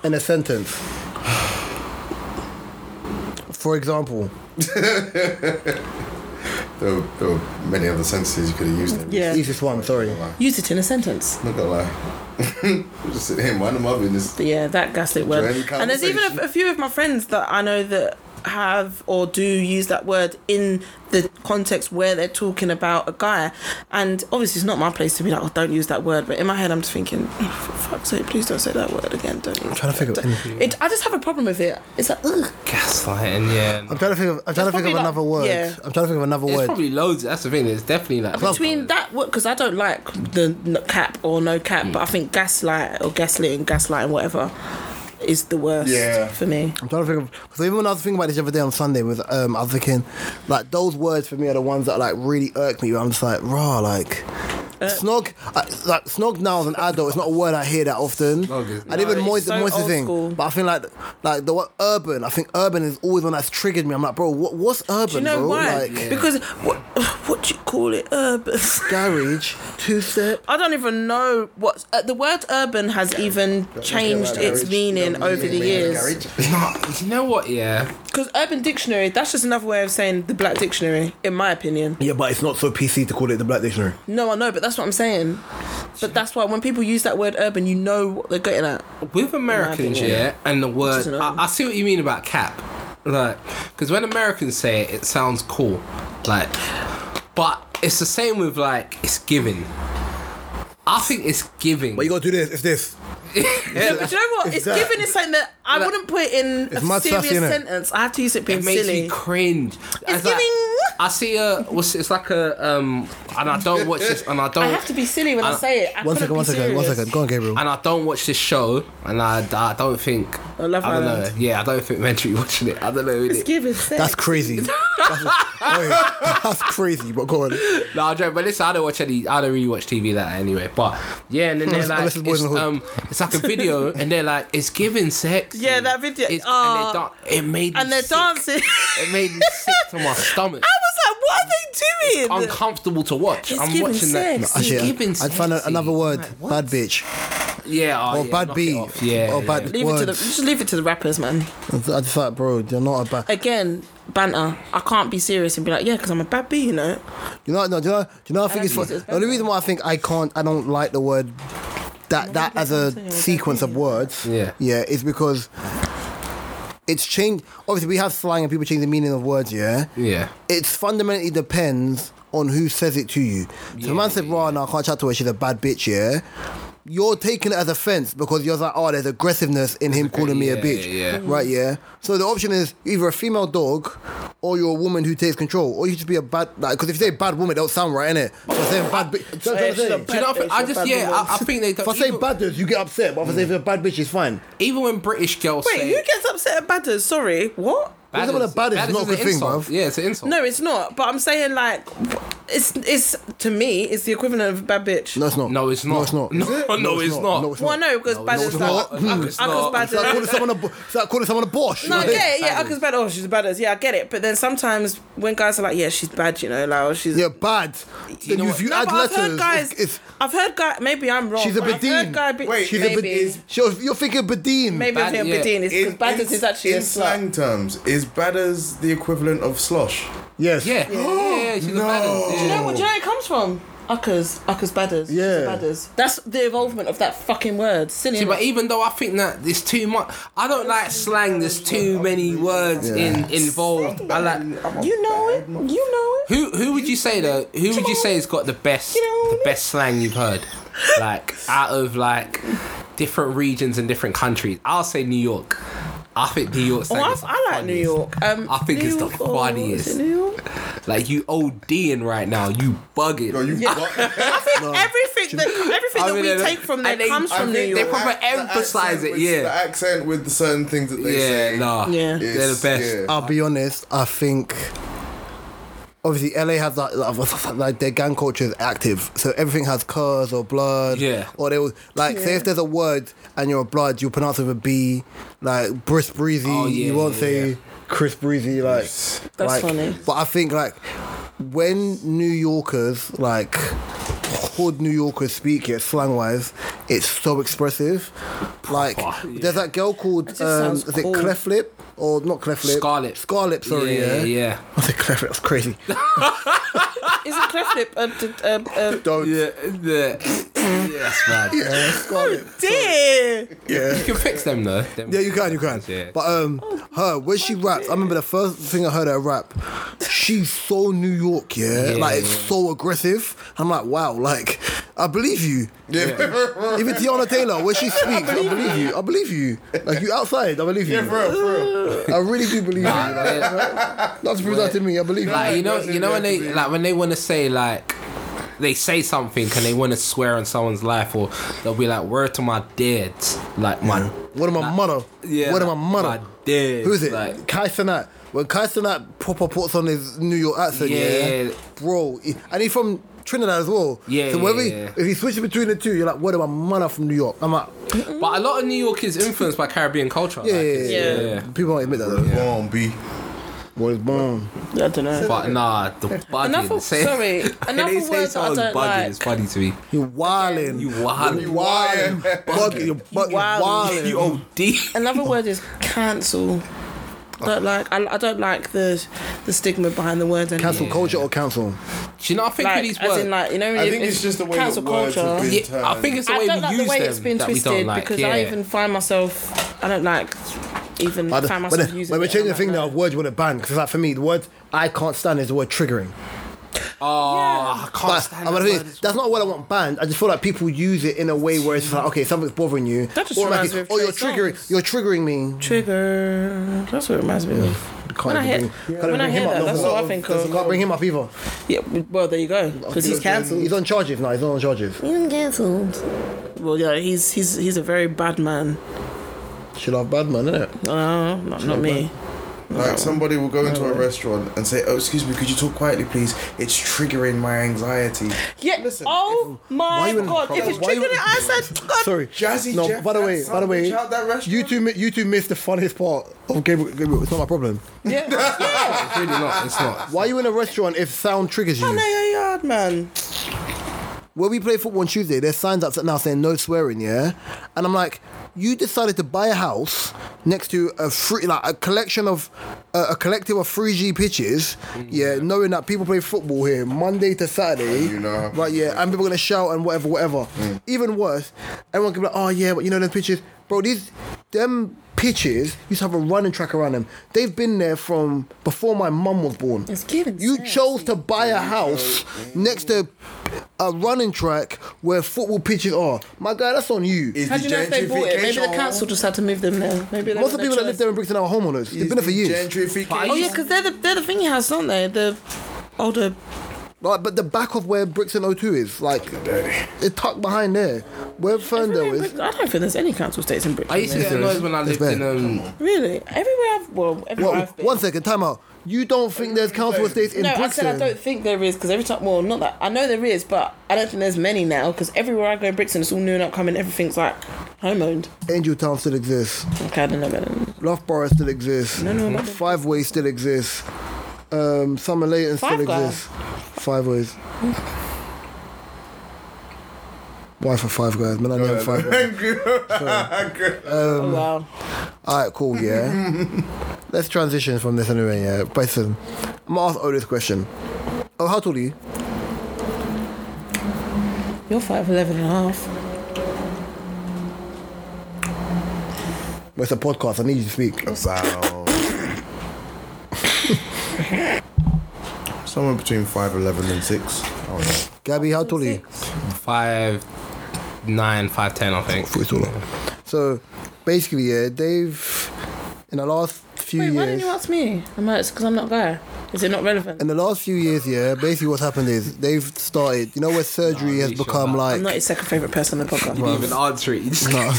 in a sentence. For example,
There were, there were many other sentences you could have used. There.
Yeah.
easiest one. Sorry.
Not
Use it in a sentence.
gonna lie. *laughs* Just sitting here minding my business.
But yeah, that gaslit word.
Join the
And there's even a, a
conversation.
few of my friends that I know that have or do use that word in the context where they're talking about a guy. And obviously, it's not my place to be like, oh, don't use that word. But in my head, I'm just thinking, oh, for fuck's sake, please don't say that word again. Don't. I'm
trying to figure out anything.
It, I just have a problem with it. It's like, ugh.
Gaslighting, yeah.
I'm trying to think of. I'm trying to think
probably
of
like-
another word.
yeah.
I'm trying to think of another
There's
word.
probably loads. That's the thing. There's definitely like
Between that, because I don't like the n- cap or no cap, but I think gaslight or gaslit and gaslighting, whatever, is the worst
Yeah.
for me.
I'm trying to think of because even when I was thinking about this the other day on Sunday with um, I was thinking like those words for me are the ones that like really irk me. where I'm just like raw like.
Uh,
Snog, I, like snog now as an adult, it's not a word I hear that often.
Snog is-
and even
No,
moist,
it's so
moist
old
thing,
school.
but I think like, like the word urban. I think urban is always one that's triggered me. I'm like, bro, what, what's urban?
Do you know
bro?
why?
Like
Because what, *sighs* what do you call it? Urban. *laughs*
garage, two step.
I don't even know what uh, the word urban has even changed its meaning over the years.
No, you know what? Yeah,
Because Urban Dictionary, that's just another way of saying the Black Dictionary, in my opinion.
Yeah, but it's not so PC to call it the Black Dictionary.
No, I know, but that's what I'm saying. But that's why when people use that word urban, you know what they're getting at.
with Americans,
opinion.
yeah, and the word.
an
I, I see what you mean about cap, like, because when Americans say it, it sounds cool, like, but it's the same with like it's giving. I think it's giving.
But you gotta do this. It's this.
Yeah, but you know what? It's
that-
given it's something that I
Like-
wouldn't put in a
It's mad
serious
sassy, innit?
sentence. I have to use it being
it makes
silly.
me cringe. As, like,
giving-
I see a. What's it's like a um, and I don't watch this, and I don't.
I have to be silly when I,
I-
say it. I
Uh, One
couldn't
second,
be
one second, one
serious.
second. Go on, Gabriel.
and I don't watch this show, and I, I don't think
I love
I don't know.
Island.
Yeah, I don't think men should be watching it. I don't know.
It's
Really.
given sex.
That's *laughs* crazy. that's, oi, that's crazy. But go on.
No, I joke, but listen, I don't watch any. I don't really watch TV like that anyway. But yeah, and then they're
*laughs*
Unless-
like,
unless it's Boys
it's,
in the Hood.
um, it's like a video, and they're like, it's giving sex.
Yeah,
and
that video-
It's,
ah.
and they're dan- it made me
and they're
sick.
dancing.
It made me sick to
*laughs*
my stomach.
I was like, what are they doing?
Uncomfortable to watch.
It's
I'm
giving
watching
sex.
that. It's
Actually,
giving
I'd find
sexy.
another word.
Like, what?
bad bitch.
Yeah. oh,
Or
yeah,
bad
knock it
beat.
off. Yeah.
Or
yeah.
bad
Leave it to the
word.
just leave it to the rappers, man.
I just like, bro, you're not a bad.
Again, banter. I can't be serious and be like, yeah, because I'm a bad bee, you know.
You know, no, do you know, do you know? I think
don't
it's
use
fun.
it as
The only
bad.
reason why I think I can't, I don't like the word that that as
saying
a
what
sequence of words.
Yeah.
yeah, is because it's changed. Obviously, we have slang and people change the meaning of words. Yeah,
Yeah.
it fundamentally depends on who says it to you. So the man said, "Raw, no, I can't chat to her. She's a bad bitch." Yeah, you're taking it as offense because you're like, "Oh, there's aggressiveness in him calling me a
yeah,
bitch."
yeah, yeah.
Right? Yeah. So the option is either a female dog, or you're a woman who takes control, or you just be a bad like. Because if you say bad woman, that don't sound right, innit? *laughs* If I say bad bitch, do you know what I'm
she's a
saying?
Do you know? what I think- I just yeah. I, I think they.
If I
Don't,
say
even,
bad dudes, you get upset. But if I say if you're a bad bitch, it's fine.
even when British girls
Wait,
say,
who gets upset at badders? Sorry, what?
Bad
Talking about
is-
a bad is not a
an
good thing,
insult.
bruv.
Yeah, it's an insult.
No, it's not. But I'm saying like, it's it's to me, it's the equivalent of bad bitch.
No, it's not.
No, it's not.
No, it's not.
No, no, it's not.
No, it's
well,
not.
no, because badders
it's
like,
not.
I,
No,
I,
it's
call
not.
badders.
It's like calling someone a bo- it's like calling someone a bosh.
Hmm. No,
Like-
yeah, yeah, I
Badders.
can bad. Oh, she's a badass. Yeah, I get it. But then sometimes when guys are like, yeah, she's bad, you know, like oh, she's
Yeah, bad.
You
then
know
if
what?
you
No,
add
but I've
letters,
heard guys.
it's, it's
I've heard guy. Maybe I'm wrong.
She's a
but I've heard
Bedouin.
guy be-
Wait,
she's
maybe,
a Bed- She's- you're thinking Bedeen.
maybe
Bad-
I'm hearing
yeah.
Bedouin. It's because badders is actually
in
a slut.
slang terms, is badders the equivalent of slosh?
Yes.
Yeah. Yeah. yeah, she's a
Do
badass.
you
Yeah.
know what? Do you know where it comes from? Uckers, uckers, badders.
Yeah.
badders. That's the involvement of that fucking word. Silly.
See,
innit?
but even though I think that there's too much, I don't like slang. There's too many words in involved. I like.
you know it. You know it.
Who who would you say though? Who would you say has got the best the best slang you've heard? Like out of like different regions and different countries, I'll say New York. I think New York.
Oh,
slang
I,
is the
I like New
funniest.
York. Um,
I think
New
it's the
York or-
funniest.
is it New York?
Like you ODing right now, you bugging.
No, you
*laughs* I think everything that everything that
I
we
mean, they-
take from
and
there
they-
comes
I
from New
think they *laughs*
York.
proper emphasise it, yeah.
The accent with the certain things that they
yeah,
say.
nah.
Yeah.
They're the
It's-
best.
Oh,
yeah.
I'll be honest. I think. Obviously, LA has that like, like their gang culture is active, so everything has curs or blood.
Yeah.
Or they will like say if there's a word and you're a blood, you pronounce it with a B, like Bruce Breezy.
Oh, yeah,
you won't
yeah,
say
yeah.
Chris Breezy. Like like-
funny.
But I think like when New Yorkers like hood New Yorkers speak it slang wise, it's so expressive. Like, there's that girl called
just
um,
sounds
is it
cool.
Clef Lip or not Clef Lip?
Scarlet.
Scarlet. Sorry, yeah.
yeah, yeah.
*laughs* I think Clef Lip. That's
*laughs*
crazy.
Isn't Cleflip a, um, a, a, a
Don't.
Yeah, yeah. Yes, man.
Yeah, Scarlet.
dear?
Yeah.
You can fix them though. Them-
Yeah, you can, you can.
Yeah.
But um, her when she raps, I remember the first thing I heard her rap. She's so New York, yeah.
Yeah.
Like it's so aggressive. I'm like, wow. Like, I believe you.
Yeah. *laughs*
Even Tiana Taylor, when she speaks, *laughs* I believe you. I believe you. Like you outside, I believe you.
Yeah, for real, for real.
I really do believe you. Like, *laughs* not to prove that to me, I believe
like
you.
you know,
that's
you know when they
exactly it.
like when they want to say like they say something and they want to swear on someone's life or they'll be like word to my dead like my
What am I, mother?
yeah
What am
like,
I, mother?
my dead
Who is it?
like
Kai Sanat. When Kai Sanat proper puts on his New York accent, yeah,
Yeah.
bro, he- and he's from Trinidad as well.
Yeah,
So
yeah,
whether he-
yeah.
if he switches between the two, you're like, what am I, mother from New York? I'm like,
but a lot of New York is influenced by Caribbean culture
yeah,
like,
yeah,
it's-
yeah,
Yeah.
yeah. People don't admit that though.
Come on, B.
Well, it's bomb.
I don't know.
but nah the bugging
Another
say,
sorry.
*laughs* when
Another
they say
word that I
someone's
don't
bugging
like.
is funny to me
You're wilding.
you
You
wild
wilding. Bugging. You're bugging.
wilding.
you
Wilding.
OD
Another word is cancel. Don't like. I, I don't like the the stigma behind the word. Anymore.
Cancel culture or cancel?
do you know I think
Like,
with these
as
words
in, like you know.
I think it's just the way that
cancel
words have
culture.
been-
yeah, I think it's the
I
way
don't
we
like
use
the way
them
it's been
that we
twisted
don't like
because
yeah.
I even find myself. I don't like even
I
find
don't-
myself
When
using.
when we're
it. I'm
changing the
like,
thing
no.
now, words you want to ban because like for me, the word I can't stand is the word triggering.
oh
Ah.
I can't
But
stand
I mean,
that
the thing
word
is, that's not what I want banned. I just feel like people use it in a way where it's like, okay, something's bothering you.
That just
Or like,
reminds me of
oh, you're
Trey
triggering,
Songz.
you're triggering me.
Trigger. That's what it reminds me of.
Can't
When I
even
hear,
bring- can't even
when I
bring him
hear
up
that,
no
that's
more.
what I think
There's a
of.
Can't bring him up either.
Yeah, well, there you go. Because he's cancelled.
He's on charges now. He's not on charges.
Mm, cancelled. Well, yeah, he's he's he's a very bad man.
She love bad man, innit?
No, not, not me.
Like somebody will go into a restaurant and say, "Oh, excuse me, could you talk quietly, please? It's triggering my anxiety."
Yeah.
Listen,
oh
why
my
you in-
god! If it's
why you-
triggering it, I said, God.
Sorry,
Jazzy
No,
Jeff
by the
had
way, by the way,
something out that restaurant?
you two, mi- you two missed the funniest part of Gabriel. Gabriel it's not my problem.
Yeah. yeah.
it's really not it's not
Why are you in a restaurant if sound triggers
Man,
you?
they are yard man.
When we play football on Tuesday, there's signs up now saying no swearing, yeah? And I'm like, you decided to buy a house next to a free, like a collection of, uh, a collective of 3G pitches,
Mm,
yeah, knowing that people play football here Monday to Saturday,
You know. Mm.
right, yeah, and people are gonna shout and whatever, whatever. Even worse, everyone can be like, oh yeah, but you know them pitches, bro, these, them pitches used to have a running track around them. They've been there from before my mum was born.
It's given
You
sense.
chose to buy a house next to a running track where football pitches are. My guy, that's on you.
Is
How do you know if they bought it? Maybe the
gentrification-
council just had to move them there. Maybe they
Most of
got
the
no
people that
choice.
live there in Brixton are homeowners. They've been there for
Is
years.
Gentrification.
Oh yeah, because they're the they're the thingy house, aren't they? The older.
Like, but the back of where Brixton 02 is, like, it's tucked behind there. Where Ferndale
I
is.
don't think there's any council estates in Britain.
I used to get annoyed when I lived
bad.
in um.
Really? Everywhere I've well, everywhere
Well,
I've been.
one second, time out. You don't think there's council estates in
no, I
Brixton?
said I don't think there is because every time, well, not that I know there is, but I don't think there's many now because everywhere I go in Brixton, it's all new and upcoming. Everything's like home owned.
Angel Town still exists.
Okay, I don't know about them.
Loughborough still exists.
no, no.
Five Ways still exists. Um, Summer Leighton still
Five Guys?
exists. Five Ways. Why for five guys? Man, I know five guys.
oh wow,
All right, cool, yeah. Let's transition from this anyway, yeah. Bryson, I'm gonna ask Otis this question. Oh, how tall are you?
you're five eleven and a half.
Well, it's a podcast. I need you to speak.
Oh,
About *laughs* somewhere between five eleven and six. Oh
Gabby, how tall are you?
five nine, five ten, I think.
Foot taller. So, basically, yeah, they've in the last few
Wait,
years.
why didn't you ask me? I'm like, because I'm not guy. Is it not relevant?
in the last few years, yeah, basically what's happened is they've started. You know where surgery
Nah,
has
you sure
become
that-
I'm not
like.
his second favorite person on the podcast.
You didn't even answer it. You just
*laughs*
*laughs*
no.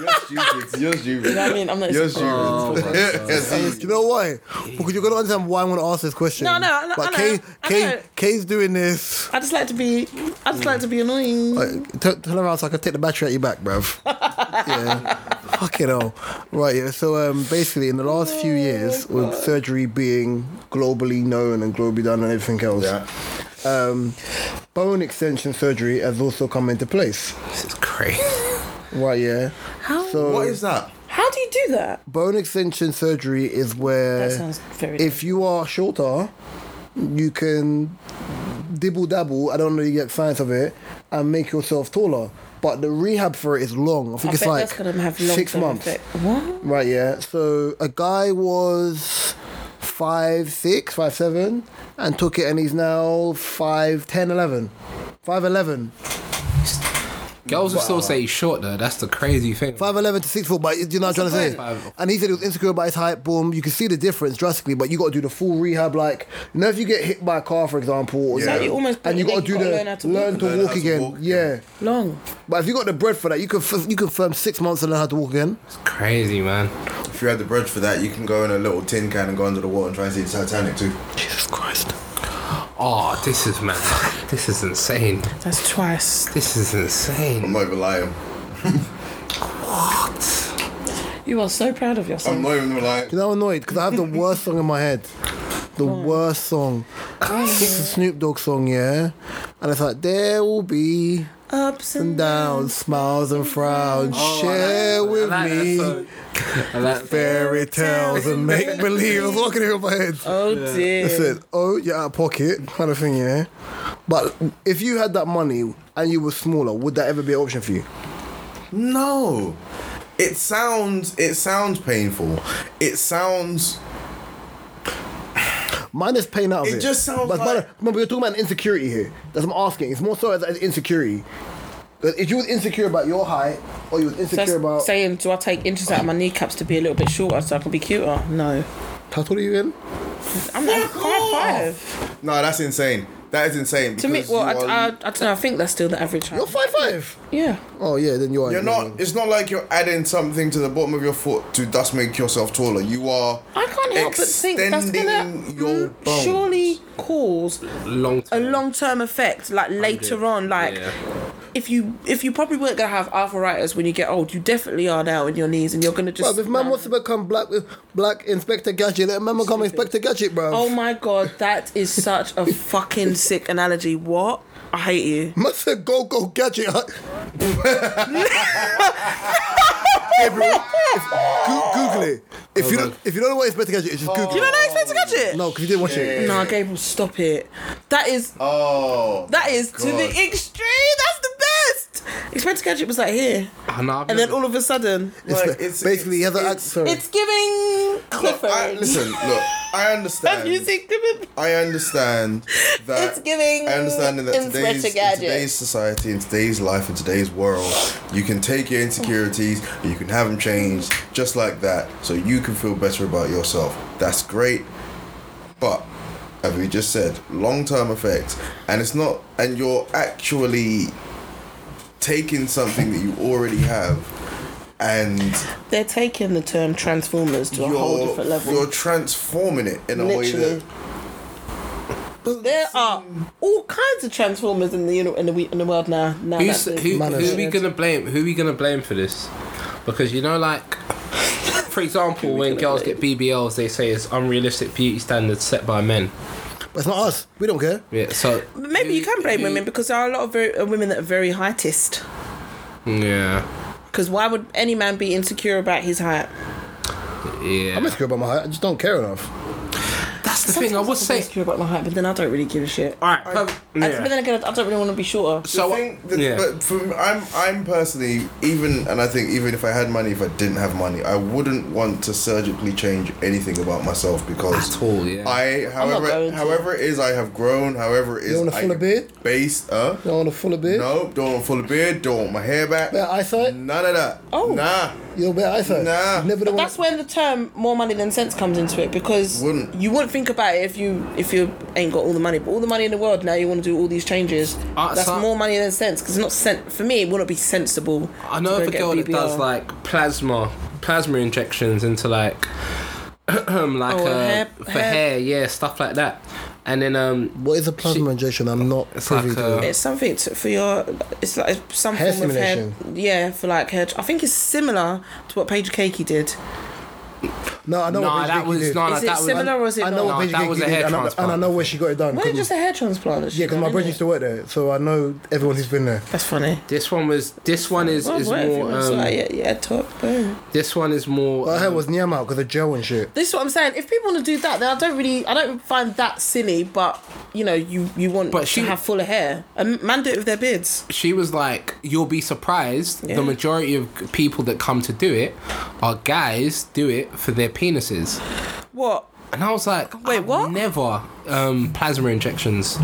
You're stupid. You're stupid.
You know what I mean? I'm not his
You're
second-
stupid. Oh *laughs*
Do you know why? Because you're gonna understand why I'm gonna ask this question.
No, no, I- I
but
know,
Kay,
I
Kay,
know.
Kay's doing this.
I just like to be. I just like to be annoying.
Like, t- turn around so I can take the battery out your back,
*laughs*
bruv. yeah. Fucking hell. Right, yeah. So um, basically, in the last
Oh
few years, with surgery being globally known and globally done and everything else,
Yeah.
um, bone extension surgery has also come into place.
This is crazy.
Right, yeah.
How?
So
What is that?
how do you do that?
bone extension surgery is where
That sounds very.
Uh, if you are shorter, you can dibble dabble. I don't know the exact science of it, and make yourself taller. But the rehab for it is long. I
I
think
bet
it's like
that's gonna have
six
long-term
months.
effect. What?
Right, yeah. So a guy was five six, five seven, and took it, and he's now five ten, eleven. Five eleven.
Girls will still say he's short though. That's the crazy thing.
Five eleven to six foot, but you know what I'm trying to say.
oh
Five.
And he said he was insecure about his height. Boom, you can see the difference drastically, but you got to do the full rehab. Like, you know, if you get hit by a car, for example, or
So
you-
you
almost
and you
put
got
it
to
there,
do
you gotta
the
learn how to
learn
walk.
to
Learn
walk
how to
again.
walk,
yeah.
Long.
but if you got the bread for that, you can f- you can firm six months and learn how to walk again.
It's crazy, man.
If you had the bread for that, you can go in a little tin can and go under the water and try and see the Titanic too.
Jesus Christ.
Oh, this is man. This is insane.
That's twice.
This is
I'm
insane.
not even lying.
What?
You are so proud of yourself.
I'm not even lying.
You know, I'm annoyed because I
*laughs*
have the worst song in my head. The worst song. It's a Snoop Dogg song, yeah? And it's like, there will be
Ups
and
and
downs, smiles and
Oh,
frowns. Share with me fairy tales and make believe. I was walking here in my head.
Oh dear.
Listen, oh, you're out of pocket kind of thing, yeah? But if you had that money and you were smaller, would that ever be an option for you?
No. It sounds it sounds painful. It sounds
Mine is pain out of it.
It just sounds
but, but
like-
remember, we're talking about insecurity here. That's what I'm asking. It's more so as, as insecurity. 'Cause if you was insecure about your height, or you was insecure
That's
about
saying, do I take inches out of my kneecaps to be a little bit shorter so I can be cuter? No.
how tall are you in?
I'm like five five.
No, that's insane. That is insane.
To me,
because
well,
you
I,
are-
I, I don't know. I think that's still the average height.
You're five five.
Yeah.
Oh yeah, then you are.
You're not. It's not like you're adding something to the bottom of your foot to thus make yourself taller. You are.
I can't help but think that's gonna
extending your
mm,
bones.
surely cause
Long
a
time.
long term effect. Like later on, like
Yeah.
if you if you probably weren't gonna have arthritis when you get old, you definitely are now in your knees, and you're gonna just.
But if man wants to become black, black Inspector Gadget, let man become Inspector Gadget, bro.
oh my god, that is such a fucking sick analogy. What? I hate you.
Man said, go, go, gadget.
*laughs*
huh? Everyone, if- Goo- Google it.
Oh,
If you don't, if you don't know what Inspector Gadget is, just Google
You don't
it.
know Inspector Gadget?
No, because you didn't watch it.
Nah, Gabriel, stop it. That is
Oh.
that is to the
God.
extreme. That's the best. Inspector Gadget was like here,
Oh, no, I've
and then
never-
all of a sudden,
Like,
It's-
it's-
basically, he has an
it's-
accent.
it's giving
Look,
Clifford.
I, listen, um, look.
*laughs*
I
Have you
understand.
seen Clifford?
I
*laughs*
understand that.
It's giving
I understand that
Inspector
today's, in
Gadget.
today's society, in today's life, in today's world, you can take your insecurities and you can have them changed just like that, so you can feel better about yourself. That's great, but as we just said, long-term effects, and it's not, and you're actually taking something that you already have, and
They're taking the term Transformers to a whole different
you're
level.
you're transforming it in a way
Literally.
that.
There are all kinds of Transformers in the in the, in the world now. now
Who's,
that's
who,
manners.
who are we gonna blame? Who are we gonna blame for this? Because you know, like, for example, when girls get BBLs, they say it's unrealistic beauty standards set by men.
But it's not us. We don't care.
Yeah, so
But Maybe you
who-
can blame
who-
women because there are a lot of very, uh, women that are very heightist.
Yeah,
Because why would any man be insecure about his height?
yeah.
I'm insecure about my height. I just don't care enough.
That's the thing I would
Sometimes I'm
say.
insecure about my height, but then I don't really give a shit.
All right, perfect.
I- But then again, I don't really want to be shorter.
So
I
I-
think that,
yeah.
but for me, I'm I'm personally even and I think even if I had money if I didn't have money I wouldn't want to surgically change anything about myself because
At all, yeah.
I
going
however
to.
however it is I have grown however it is
want a
I
fuller
am
beard?
based uh
You don't want a fuller beard?
no don't want a fuller beard don't want my hair back
Better eyesight?
none of that
Oh.
nah
You don't better eyesight?
Nah.
You never don't
That's when the term "more money than sense" comes into it because
Wouldn't.
you wouldn't think about it if you if you ain't got all the money, but all the money in the world now you want to do all these changes.
Uh,
That's
so-
more money than sense because it's not sen- for me. It wouldn't be sensible.
I
to
know
go
of a
get
girl that
BBL.
does like plasma, plasma injections into like, *clears throat* like
Oh,
uh,
hair-
for
hair-
hair. yeah, stuff like that. And then um,
What is a plasma
She-
injection? I'm not
It's
privy
like
to.
a-
It's something to, for your. It's like some
Hair
form of hair.
stimulation.
Yeah, for like hair. I think it's similar to what Paige Cakey did.
No, I know
Nah,
what page
that
Vicky
was-
did.
nah,
Is it
that was-
similar or is it
I know
not?
Nah,
what page
that
Vicky
was a
did, and
hair
I, and I know
transplant.
where she got it done.
Why
'cause-
not just a hair transplant?
yeah, because my brother used to work there, so I know everyone who's been there.
That's funny.
This one was. This one is,
Well,
is
what if you
more.
want to
Um,
like, yeah, yeah, top. Boom.
This one is more.
But her
um,
was Niam out because of gel and shit.
This is what I'm saying. If people want to do that, then I don't really, I don't find that silly. But you know, you you want
But
to
she-
have fuller hair. And man, do it with their beards.
she was like, "You'll be surprised.
Yeah.
The majority of people that come to do it are guys. Do it for their penises."
What?
And I was like,
Wait,
"I
what?"
Never um, plasma injections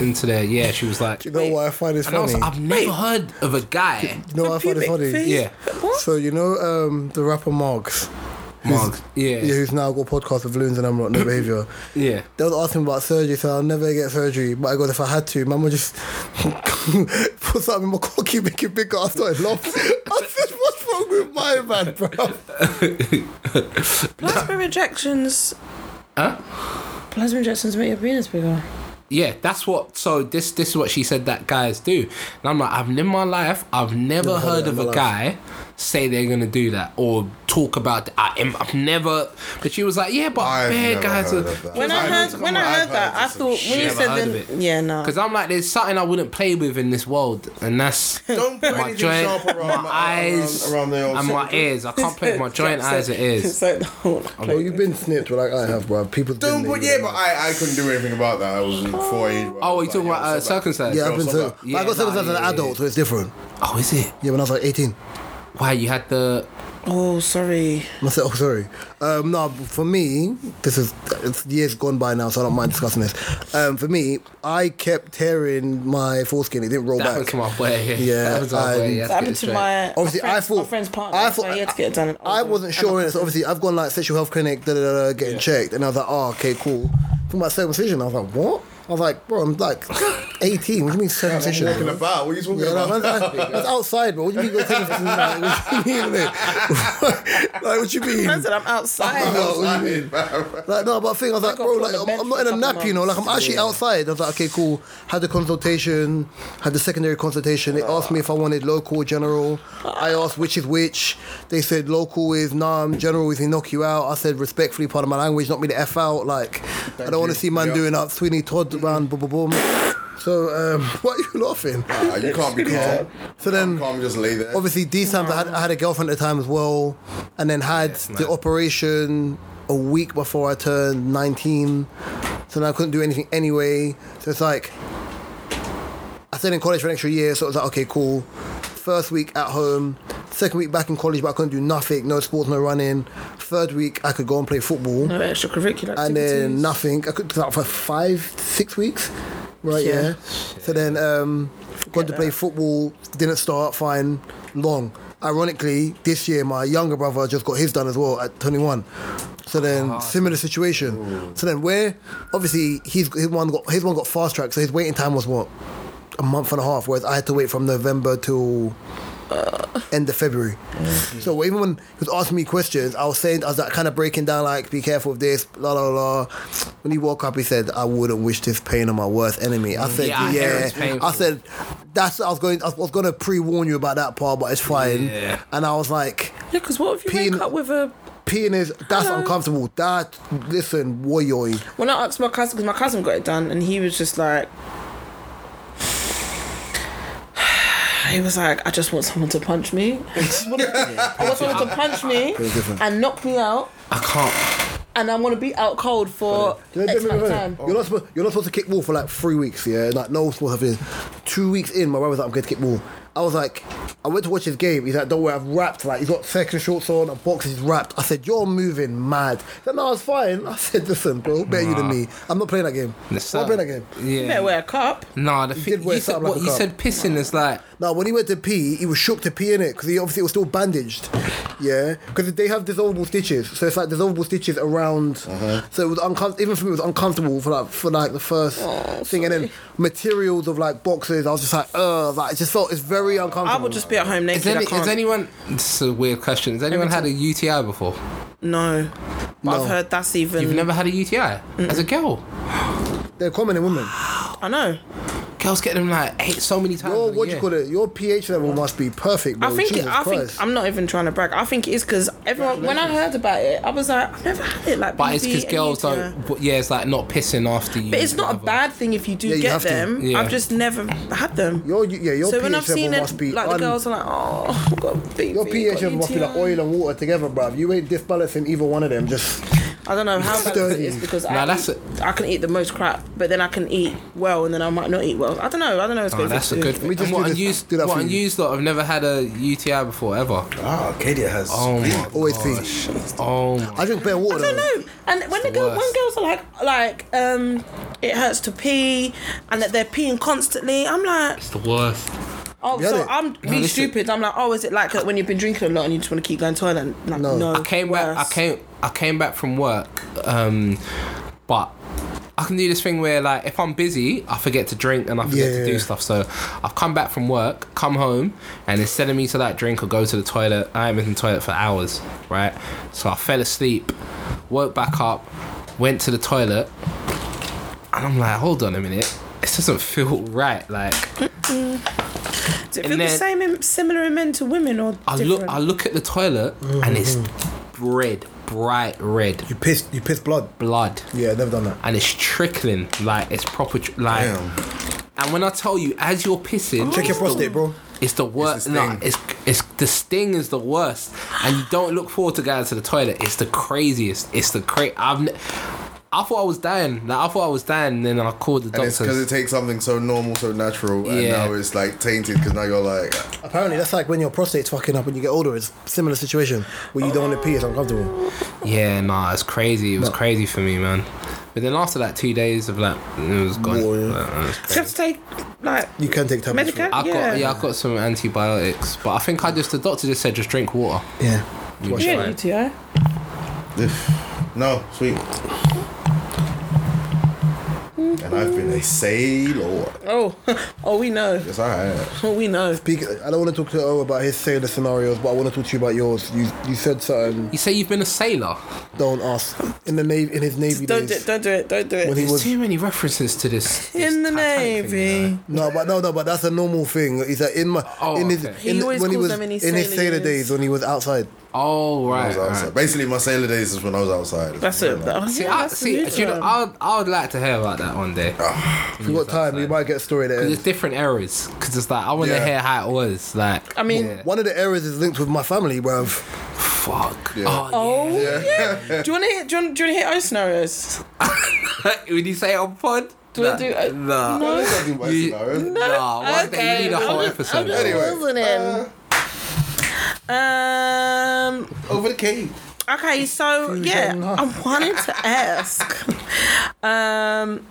into there." Yeah, she was like,
You know what I find is
and I was
funny?
like, "I've never heard of a guy."
You know what I find is
Pubic
funny?
face?
Yeah.
What?
So you know um, the rapper Marks,
Mark. Yeah.
yeah, who's now got a podcast with Loons and I'm not no behavior.
Yeah.
They was asking about surgery, so I'll never get surgery. But I go, if I had to, mama just *laughs* put something in my cocky, make it bigger. I started laughing. I said, what's wrong with my man, bro?
Plasma injections.
Huh?
Plasma injections make your penis bigger.
Yeah, that's what. So this this is what she said that guys do, and I'm like, I've lived my life. I've never heard
that
of
in
a
my life.
guy say they're gonna do that or talk about. I am, I've never. But she was like, yeah, but
I've
bad
never
guys
heard
are.
of that.
When I
I've
heard
heard-
when
I've
I heard
heard
that, I
some
thought when you
shit.
said
Never
then,
heard of it.
yeah, no.
Because I'm like, there's something I wouldn't play with in this world, and that's
Don't put
my
anything
joint,
sharp around
my,
my-
eyes,
around- around the old
and my
secretary.
ears. I can't play with
*laughs*
my joint eyes. It
*laughs*
is.
So, hold on.
Well, you've been snipped like I have, bro. People
Don't put yeah, but I I couldn't do anything about that. I was four years. old.
Oh,
I
you
was
talking
like,
about
yo,
uh,
what's up, man?
yeah,
circumcised?
I've been
Yeah,
sur-
yeah,
I got
nah,
surgery as an
yeah, yeah,
adult,
yeah.
so it's different.
Oh, is it?
Yeah, when I was like 18.
Why you had the?
Oh, sorry.
*clears throat*
I said, oh, *laughs* sorry. Um, no, for me, this is it's years gone by now, so I don't mind discussing this. Um, for me, I kept tearing my foreskin. It didn't roll
That was
back.
to my boy. *laughs* Yeah,
Yeah,
that was my boy.
um,
Yeah,
That happened to my
Obviously,
my friend-
I thought
my friend's partner.
I
I
thought
he had to get it done. in
I
Oldham.
wasn't sure, and so obviously I've gone like sexual health clinic, da da da, da getting checked, and I was like, oh, okay, cool. From my circumcision, I was like, what? I was like, bro, I'm
*laughs*
like 18. What do you mean circumcision?
Talking about what are you talking
Yeah, no,
about?
that's,
*laughs*
that's outside, bro. What do you mean? Go take it to like, *laughs* What do you mean? innit? like, what you mean?
I said I'm
*laughs*
outside.
No, what do you
I
mean?
mean, man.
Like no, but I think I was like,
got
bro,
put
like
on the
I'm,
bench
I'm not in
for
a
a
nap,
couple
you know. Like I'm actually outside. I was like, okay, cool. Had the consultation, had the secondary consultation. They asked me if I wanted local, general. I asked which is which. They said local is numb, general is they knock you out. I said respectfully, part of my language, knock me the f out. Like I don't want to
you.
see man
Yeah.
doing up Sweeney Todd round, boom, boom, boom. So um, *laughs* why are you laughing?
*laughs* Ah, you can't be calm.
So then.
Calm, just lay there.
Obviously, these times I had, I had a girlfriend at the time as well, and then had the operation a week before I turned 19. So then I couldn't do anything anyway. So it's like, I stayed in college for an extra year, so it was like, okay, cool. First week at home, second week back in college, but I couldn't do nothing, no sports, no running. Third week, I could go and play football,
No extracurricular
and
activities.
then nothing. I could do that for five, six weeks, right?
Yeah.
Yeah. So then, um, got to play football, didn't start, fine, long. Ironically, this year my younger brother just got his done as well at 21. So then, similar situation. So then, where obviously he's his one got his one got fast track, so his waiting time was what a month and a half, whereas I had to wait from November till uh, end of February.
Mm-hmm.
So even when he was asking me questions, I was saying I was like kind of breaking down like, be careful of this, la la la. la. When he woke up, he said, I wouldn't wish this pain on my worst enemy. I said,
Yeah, I
yeah.
hear it's
I
painful.
said, that's I was going. I was going to pre-warn you about that part, but it's fine.
Yeah.
And I was like,
Yeah, because what if you
Peeing-
wake up with a?
peeing is that's
Hello.
uncomfortable. That listen, warrior.
When I asked my cousin, because my cousin got it done, and he was just like, *sighs* he was like, I just want someone to punch me. *laughs* I just want, I want someone to punch me *laughs*
different.
and knock me out,
I can't.
and I'm gonna be out cold for
You're
X amount of time.
not, supposed, you're not supposed to kick ball for like three weeks, yeah? Like, no sports things. Two weeks in, my brother was like, I'm going to kick ball. I was like, I went to watch his game. He's like, don't worry, I've wrapped. Like, he's got second shorts on, a box, he's wrapped. I said, you're moving mad. He said, no, it's fine. I said, listen, bro, better you than me. I'm not playing that game. I'm not playing that game.
You
Yeah.
better wear a cup.
Nah, the thing
did wear
you said,
something like
what
a
you
cup.
said pissing is like
Now, when he went to pee, he was shook to pee in it because he obviously it was still bandaged. Yeah, because they have dissolvable stitches, so it's like dissolvable stitches around.
Uh-huh.
So it was uncomfortable. Even for me, it was uncomfortable for like for like the first
Oh,
thing, and then materials of like boxes. I was just like, ugh, like it just felt it's very uncomfortable.
I would just be at home naked.
Is, any,
I can't.
is anyone? This is a weird question. Has anyone had a
Mm.
UTI before?
No, but
No.
I've heard that's
Mm.
even.
You've never had a UTI as a girl.
They're common in women.
I know.
Girls get them like eight so many times.
Your
a
what do you
year.
call it? Your pH level must be perfect, bro.
I think
Jesus
I
Christ.
think I'm not even trying to brag. I think it is because everyone when I heard about it, I was like, I've never had it like.
But it's
BV,
because girls
anemia.
don't. But yeah, it's like not pissing after you.
But it's not a
whatever.
bad thing if you do
Yeah, you
get
have to.
them.
Yeah.
I've just never had them.
your yeah, your
so
pH
when I've seen
level
it,
must be
like
un-
the girls are like, oh, I've got BV,
your
got
pH level must be like
UTI."
oil and water together, bro. You ain't disbalancing either one of them. Just
I don't know how bad it is
Sturdy.
because
Nah,
I,
that's
eat, I can eat the most crap, but then I can eat well, and then I might not eat well. I don't know. I don't know. It's
Oh, that's a good.
me just
and
do
what
this-
unused,
do that
what
for you.
unused lot. I've never had a UTI before ever.
Ah, Arcadia has.
*laughs* Oh my
always pee.
gosh. Oh my.
I drink bare water.
I don't
though.
know. And when the girl, when
worst.
girls are like, like, um, it hurts to pee, and that they're peeing constantly, I'm like,
It's the worst.
oh,
Get
so
it.
I'm being
listen.
stupid. I'm like, oh, is it like when you've been drinking a lot and you just want to keep going to the toilet? And like,
No.
no.
I came back. I
worse.
came. I came back from work, um, but I can do this thing where, like, if I'm busy, I forget to drink and I forget to
Yeah.
do stuff. So I've come back from work, come home, and instead of me to that drink or go to the toilet, I haven't been to the toilet for hours, right? So I fell asleep, woke back up, went to the toilet, and I'm like, hold on a minute, this doesn't feel right. Like,
Does it
and
feel the
then-
same, in, similar in men to women or
I
different?
look, I look at the toilet, and it's red, bright red,
Mm-hmm. You pissed. You pissed blood.
blood.
Yeah, never done that.
and it's trickling like it's proper tr- like
Damn.
and when I tell you as you're pissing
Check your
it's the-
prostate, bro.
it's the worst
the
no
sting.
it's it's the sting is the worst and you don't look forward to going to the toilet it's the craziest it's the cra I've ne- I thought I was dying like I thought I was dying and then I called the
And it's because it
doctor
takes something so normal, so natural, and
Yeah.
now it's like tainted because now you're like, *sighs*
Apparently, that's like when your prostate's fucking up when you get older. It's a similar situation where you don't want to pee. It's uncomfortable.
yeah nah it's crazy it was crazy for me man but then after that two days of like it was gone
War, yeah.
Like, it was
Do you have to take like
You can take tablets. for it.
medica?
I
yeah.
got yeah I got some antibiotics but I think I just the doctor just said just drink water
Yeah.
You
You'll
get
be fine.
UTI.
no, sweet. And I've been a sailor.
Oh, *laughs* oh, we know.
It's alright.
Oh, we know.
Speak, I don't want to talk to O about his sailor scenarios, but I want to talk to you about yours. You you said something.
You say you've been a sailor.
Don't ask in the navy in his navy
Don't do
days.
it. Don't do it. Don't do it.
When he
There's
was
too many references to this. this
In the
Titanic thing, you
navy.
know.
No, but no, no, but that's a normal thing. He's like in my
Oh,
in his
okay.
He
in,
always
when he
calls
was
them in his
in his
sailor
sailor
years.
days when he was outside.
Oh
I
right.
was outside.
right.
Basically, my sailor days is when I was outside.
That's it. Oh,
See,
yeah,
I,
that's
see,
the
do you know,
usual.
I would, I would like to hear about that one day.
If you got time, you might get a story there.
There's different eras because it's like I want to
Yeah.
hear how it was. Like,
I mean-
yeah.
One of the errors is linked with my family, bruv.
fuck.
Yeah.
Oh,
Oh yeah. Do you want to hear? Do you want, do you want to hear O scenarios?
yeah. *laughs* Would you say it on pod?
Do you
nah.
want to do? Uh,
nah.
No.
You-
Scenario.
Nah, one day you need a
I'm
whole
just-
episode.
I'm just
Anyway.
listening. um.
Over the cave.
Okay, so yeah,
Fusion.
I wanted to ask. *laughs* Um.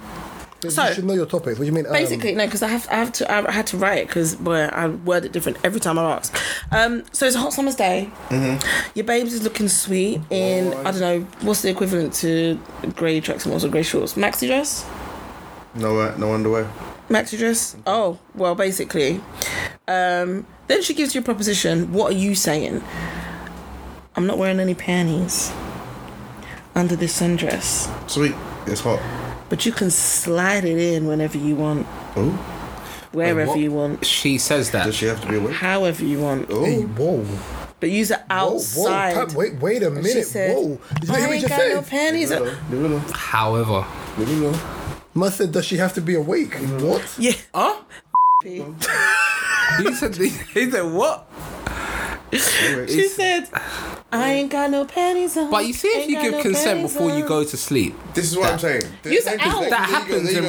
So-
you should know your topics. What do you mean? um,
Basically, no, because I have, I have to, I had to write it because boy, I word it different every time I ask. Um, so it's a hot summer's day. Your babes is looking sweet in I don't know what's the equivalent to grey tracksuits or grey shorts, maxi dress,
No, uh, no underwear.
maxi dress. Oh well, basically. Um, then she gives you a proposition. What are you saying? I'm not wearing any panties under this sundress,
Sweet. It's hot.
but you can slide it in whenever you want,
Ooh.
wherever
what?
you want,
She says that.
Does she have to be awake? Oh,
however you want.
Hey,
Ooh.
whoa,
But use it
whoa, whoa!
outside.
Pat, wait, wait a
She
minute!
said,
whoa! Did you
I
hear what
ain't
you
got no
said?
panties.
Leave
*laughs*
on."
it alone.
However,
Leave it alone.
Must said, does she have to be awake? What?
Yeah.
*laughs*
huh? he said. *laughs* He said what?
Leave it
She said, I ain't got no panties on.
But you see, if
Ain't
you
got
give
no
consent
panties
before you
on."
go to sleep,
This is what I'm saying.
Use it
Thank you,
out.
thank you,
That
thank you,
happens
thank you,
in
thank you, thank you,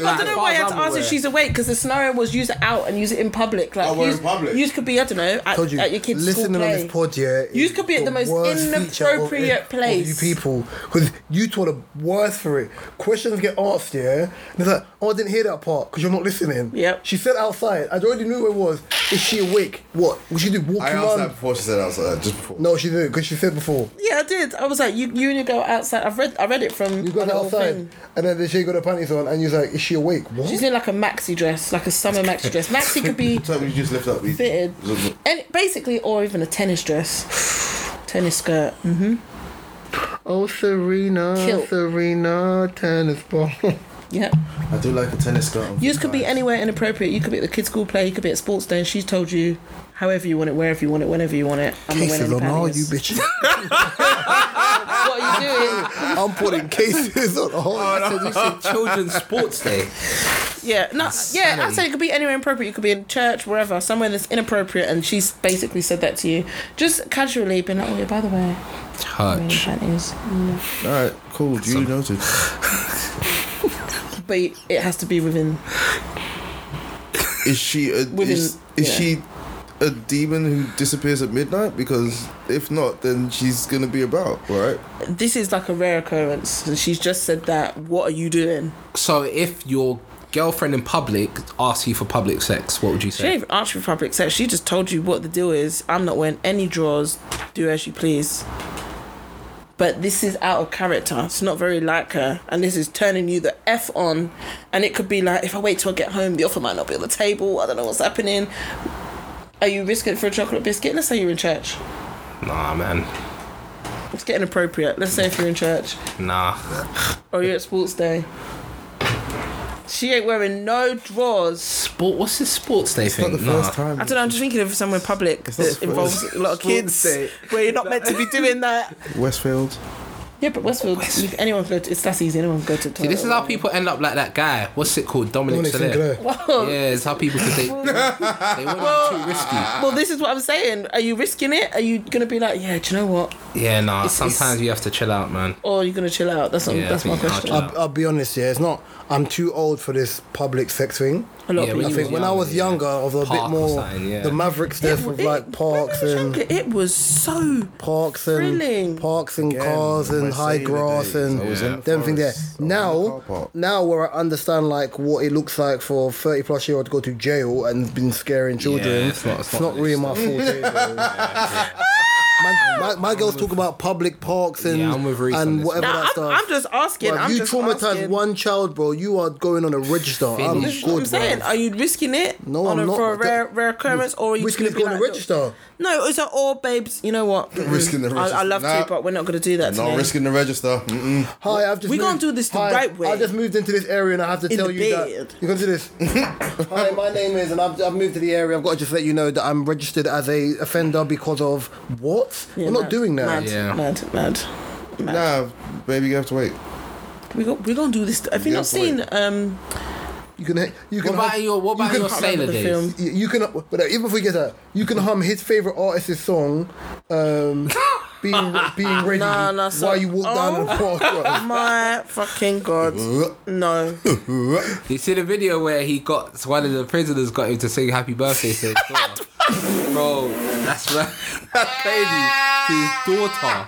Yeah,
Like,
but I
as
don't know
far
why I
as
had to
I'm
ask if
aware.
she's awake because the scenario was use it out and use it in public. Like,
Oh, we're in
use-
public.
Use could be, I don't know, at,
Told you,
at your kid's school
listening on
play.
this pod, yeah. is
You could be at the most
worst feature of-
inappropriate
of
place.
You people, because you two are the worst for it. Questions get asked, yeah. And it's like, oh, I didn't hear that part because you're not listening.
Yep.
She said outside. I already knew where it was. Is she awake? What? Would she do walking
I asked
around?
that before she said outside, just before.
No, she didn't because she said before.
yeah, I did. I was like, you, you and you go outside. I've read, I read it from.
You got
the whole
outside,
thing.
and then she got her panties on, and you're like, is she awake? What?
She's in like a maxi dress, like a summer maxi dress. Maxi could
*laughs*
be
So you just lift up. you-
fitted, and basically, or even a tennis dress, *sighs* tennis skirt. Mm,
oh, Serena,
Kilt.
Serena, tennis ball.
Yeah.
I do like a tennis skirt. on
You could be
nice.
anywhere inappropriate. You could be at the kids' school play. You could be at sports day, and she's told you however you want it, wherever you want it, whenever you want it.
*laughs*
I'm wearing
Cases
the
on all
panties.
you
*laughs*
bitches.
What are you
*laughs*
doing?
I'm putting cases on all.
I said you said children's sports day.
Yeah, no, yeah. I'd say it could be anywhere inappropriate. You could be in church, wherever, somewhere that's inappropriate, and she's basically said that to you, just casually, being like, "Oh yeah, by the way, I'm wearing
Touch.
panties."
All right, cool. You noted.
But it has to be within.
Is she a
Within-
is, is
yeah.
she a demon who disappears at midnight? Because if not, then she's gonna be about right.
This is like a rare occurrence, and she's just said that. What are you doing?
So if your girlfriend in public asks you for public sex, what would you
She didn't
say?
even ask for public sex. She just told you what the deal is. I'm not wearing any drawers. Do as you please. But this is out of character. It's not very like her. And this is turning you the F on. And it could be like, if I wait till I get home, the offer might not be on the table. I don't know what's happening. Are you risking it for a chocolate biscuit? Let's say you're in church.
Nah, man.
It's getting appropriate. Let's say if you're in church
Nah.
or you're at sports day. She ain't wearing no drawers.
Sport. What's this sports day
Not
thing?
the
Nah.
first time.
I don't know. I'm just thinking of somewhere public that
not-
involves a lot of kids,
Day.
where you're not meant to be doing that.
Westfield.
*laughs* Yeah, but Westfield, if anyone go to, it's that easy. Anyone go to.
See, this is how people end up like that guy. What's it called? Dominic
Dominic
Soler.
Sinclair.
Yeah, it's how people could date. they want to be too *laughs* risky.
Well, this is what I'm saying. Are you risking it? Are you gonna be like, yeah, do you know what?
Yeah, nah.
It's- it's-
sometimes you have to chill out, man.
Or are you gonna chill out? That's not,
Yeah, I
that's my
think I'll
question.
chill out.
I'll, I'll be honest, yeah, it's not. I'm too old for this public sex thing.
A lot
Yeah,
of people.
when
I
you
think when I was
yeah.
younger, I was a
Park or
bit more
something, yeah.
the Maverick stuff with
It-
like parks
when I was
and
younger, it was so.
parks and
Thrilling.
parks and
Again,
cars and
my
high
sailing
grass
days,
and
I was in the
everything there.
forest, I was in the car
Now,
park.
now where I understand like what it looks like for thirty plus year old to go to jail and been scaring children,
Yeah,
it's
it's
not,
not- it's not
really my forte.
*laughs*
bro. My, my, my girls talk about public parks and
Yeah, I'm with Reece on
and
this
whatever
Nah,
that
I'm,
stuff.
I'm just asking.
Bro, if
I'm
you
just
traumatize
asking.
one child, bro, you are going on a register. I'm
Finish.
That's what I'm
good,
saying.
bro.
Are you risking it?
No,
on
I'm
a,
not,
For a
but
rare,
that-
rare occurrence, or are you
Risking
gonna
it
be
going on
like,
the register.
No, it's like, all babes. You know what?
Risking the register.
I, I love
Nah.
to, but we're not gonna do that.
Not
today.
risking the register. Mm-mm.
Hi, I've just
We
moved-
gonna do this the
Hi,
right way.
I just moved into this area and I have to
In
tell
the
you
bed.
that you're gonna
*laughs*
do this. Hi, my name is and I've, I've moved to the area. I've got to just let you know that I'm registered as a offender because of what?
Yeah,
We're not
mad,
doing that.
Mad,
Yeah.
mad, mad.
Nah, baby, you have to wait.
We go, we gonna do this. Have you
Yeah,
not seen? Um,
You can you
What
can
about
hum,
your What about
can-
your
I
remember
sailor
the
days?
film.
you, you can but uh, even if we get that, you can hum his favorite artist's song.
*laughs*
Um, being being ready
Nah, nah, Oh. so-
while you walk down the
*laughs*
crossroads.
my fucking
*laughs*
god, no!
You see the video where he got one of the prisoners got him to sing "Happy
*laughs*
Birthday" to his daughter. Bro, that's mad. *laughs* That's crazy. To his daughter.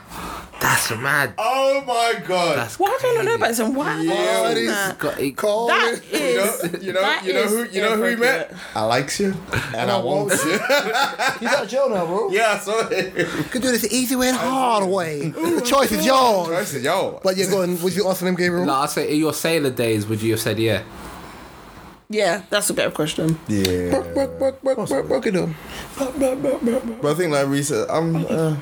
That's mad.
Oh my god.
That's
Why do I not know
crazy.
about this? And why? am I
Yeah,
on
it is
that?
Got it.
Call
That
you
it.
know,
is.
you know,
that
you know
is
who you know who he met.
inappropriate.
I likes you, and I won't.
you. He's out of jail now, bro.
Yeah, I saw it.
You could do this the easy way and hard way. The choice is yours.
I said, yo.
But yeah, go on. Would you ask him, Gabriel?
Like I say, in your sailor days, would you have said yeah?
Yeah, that's a better question.
Yeah.
it on.
But I think like Risa, I'm. Uh,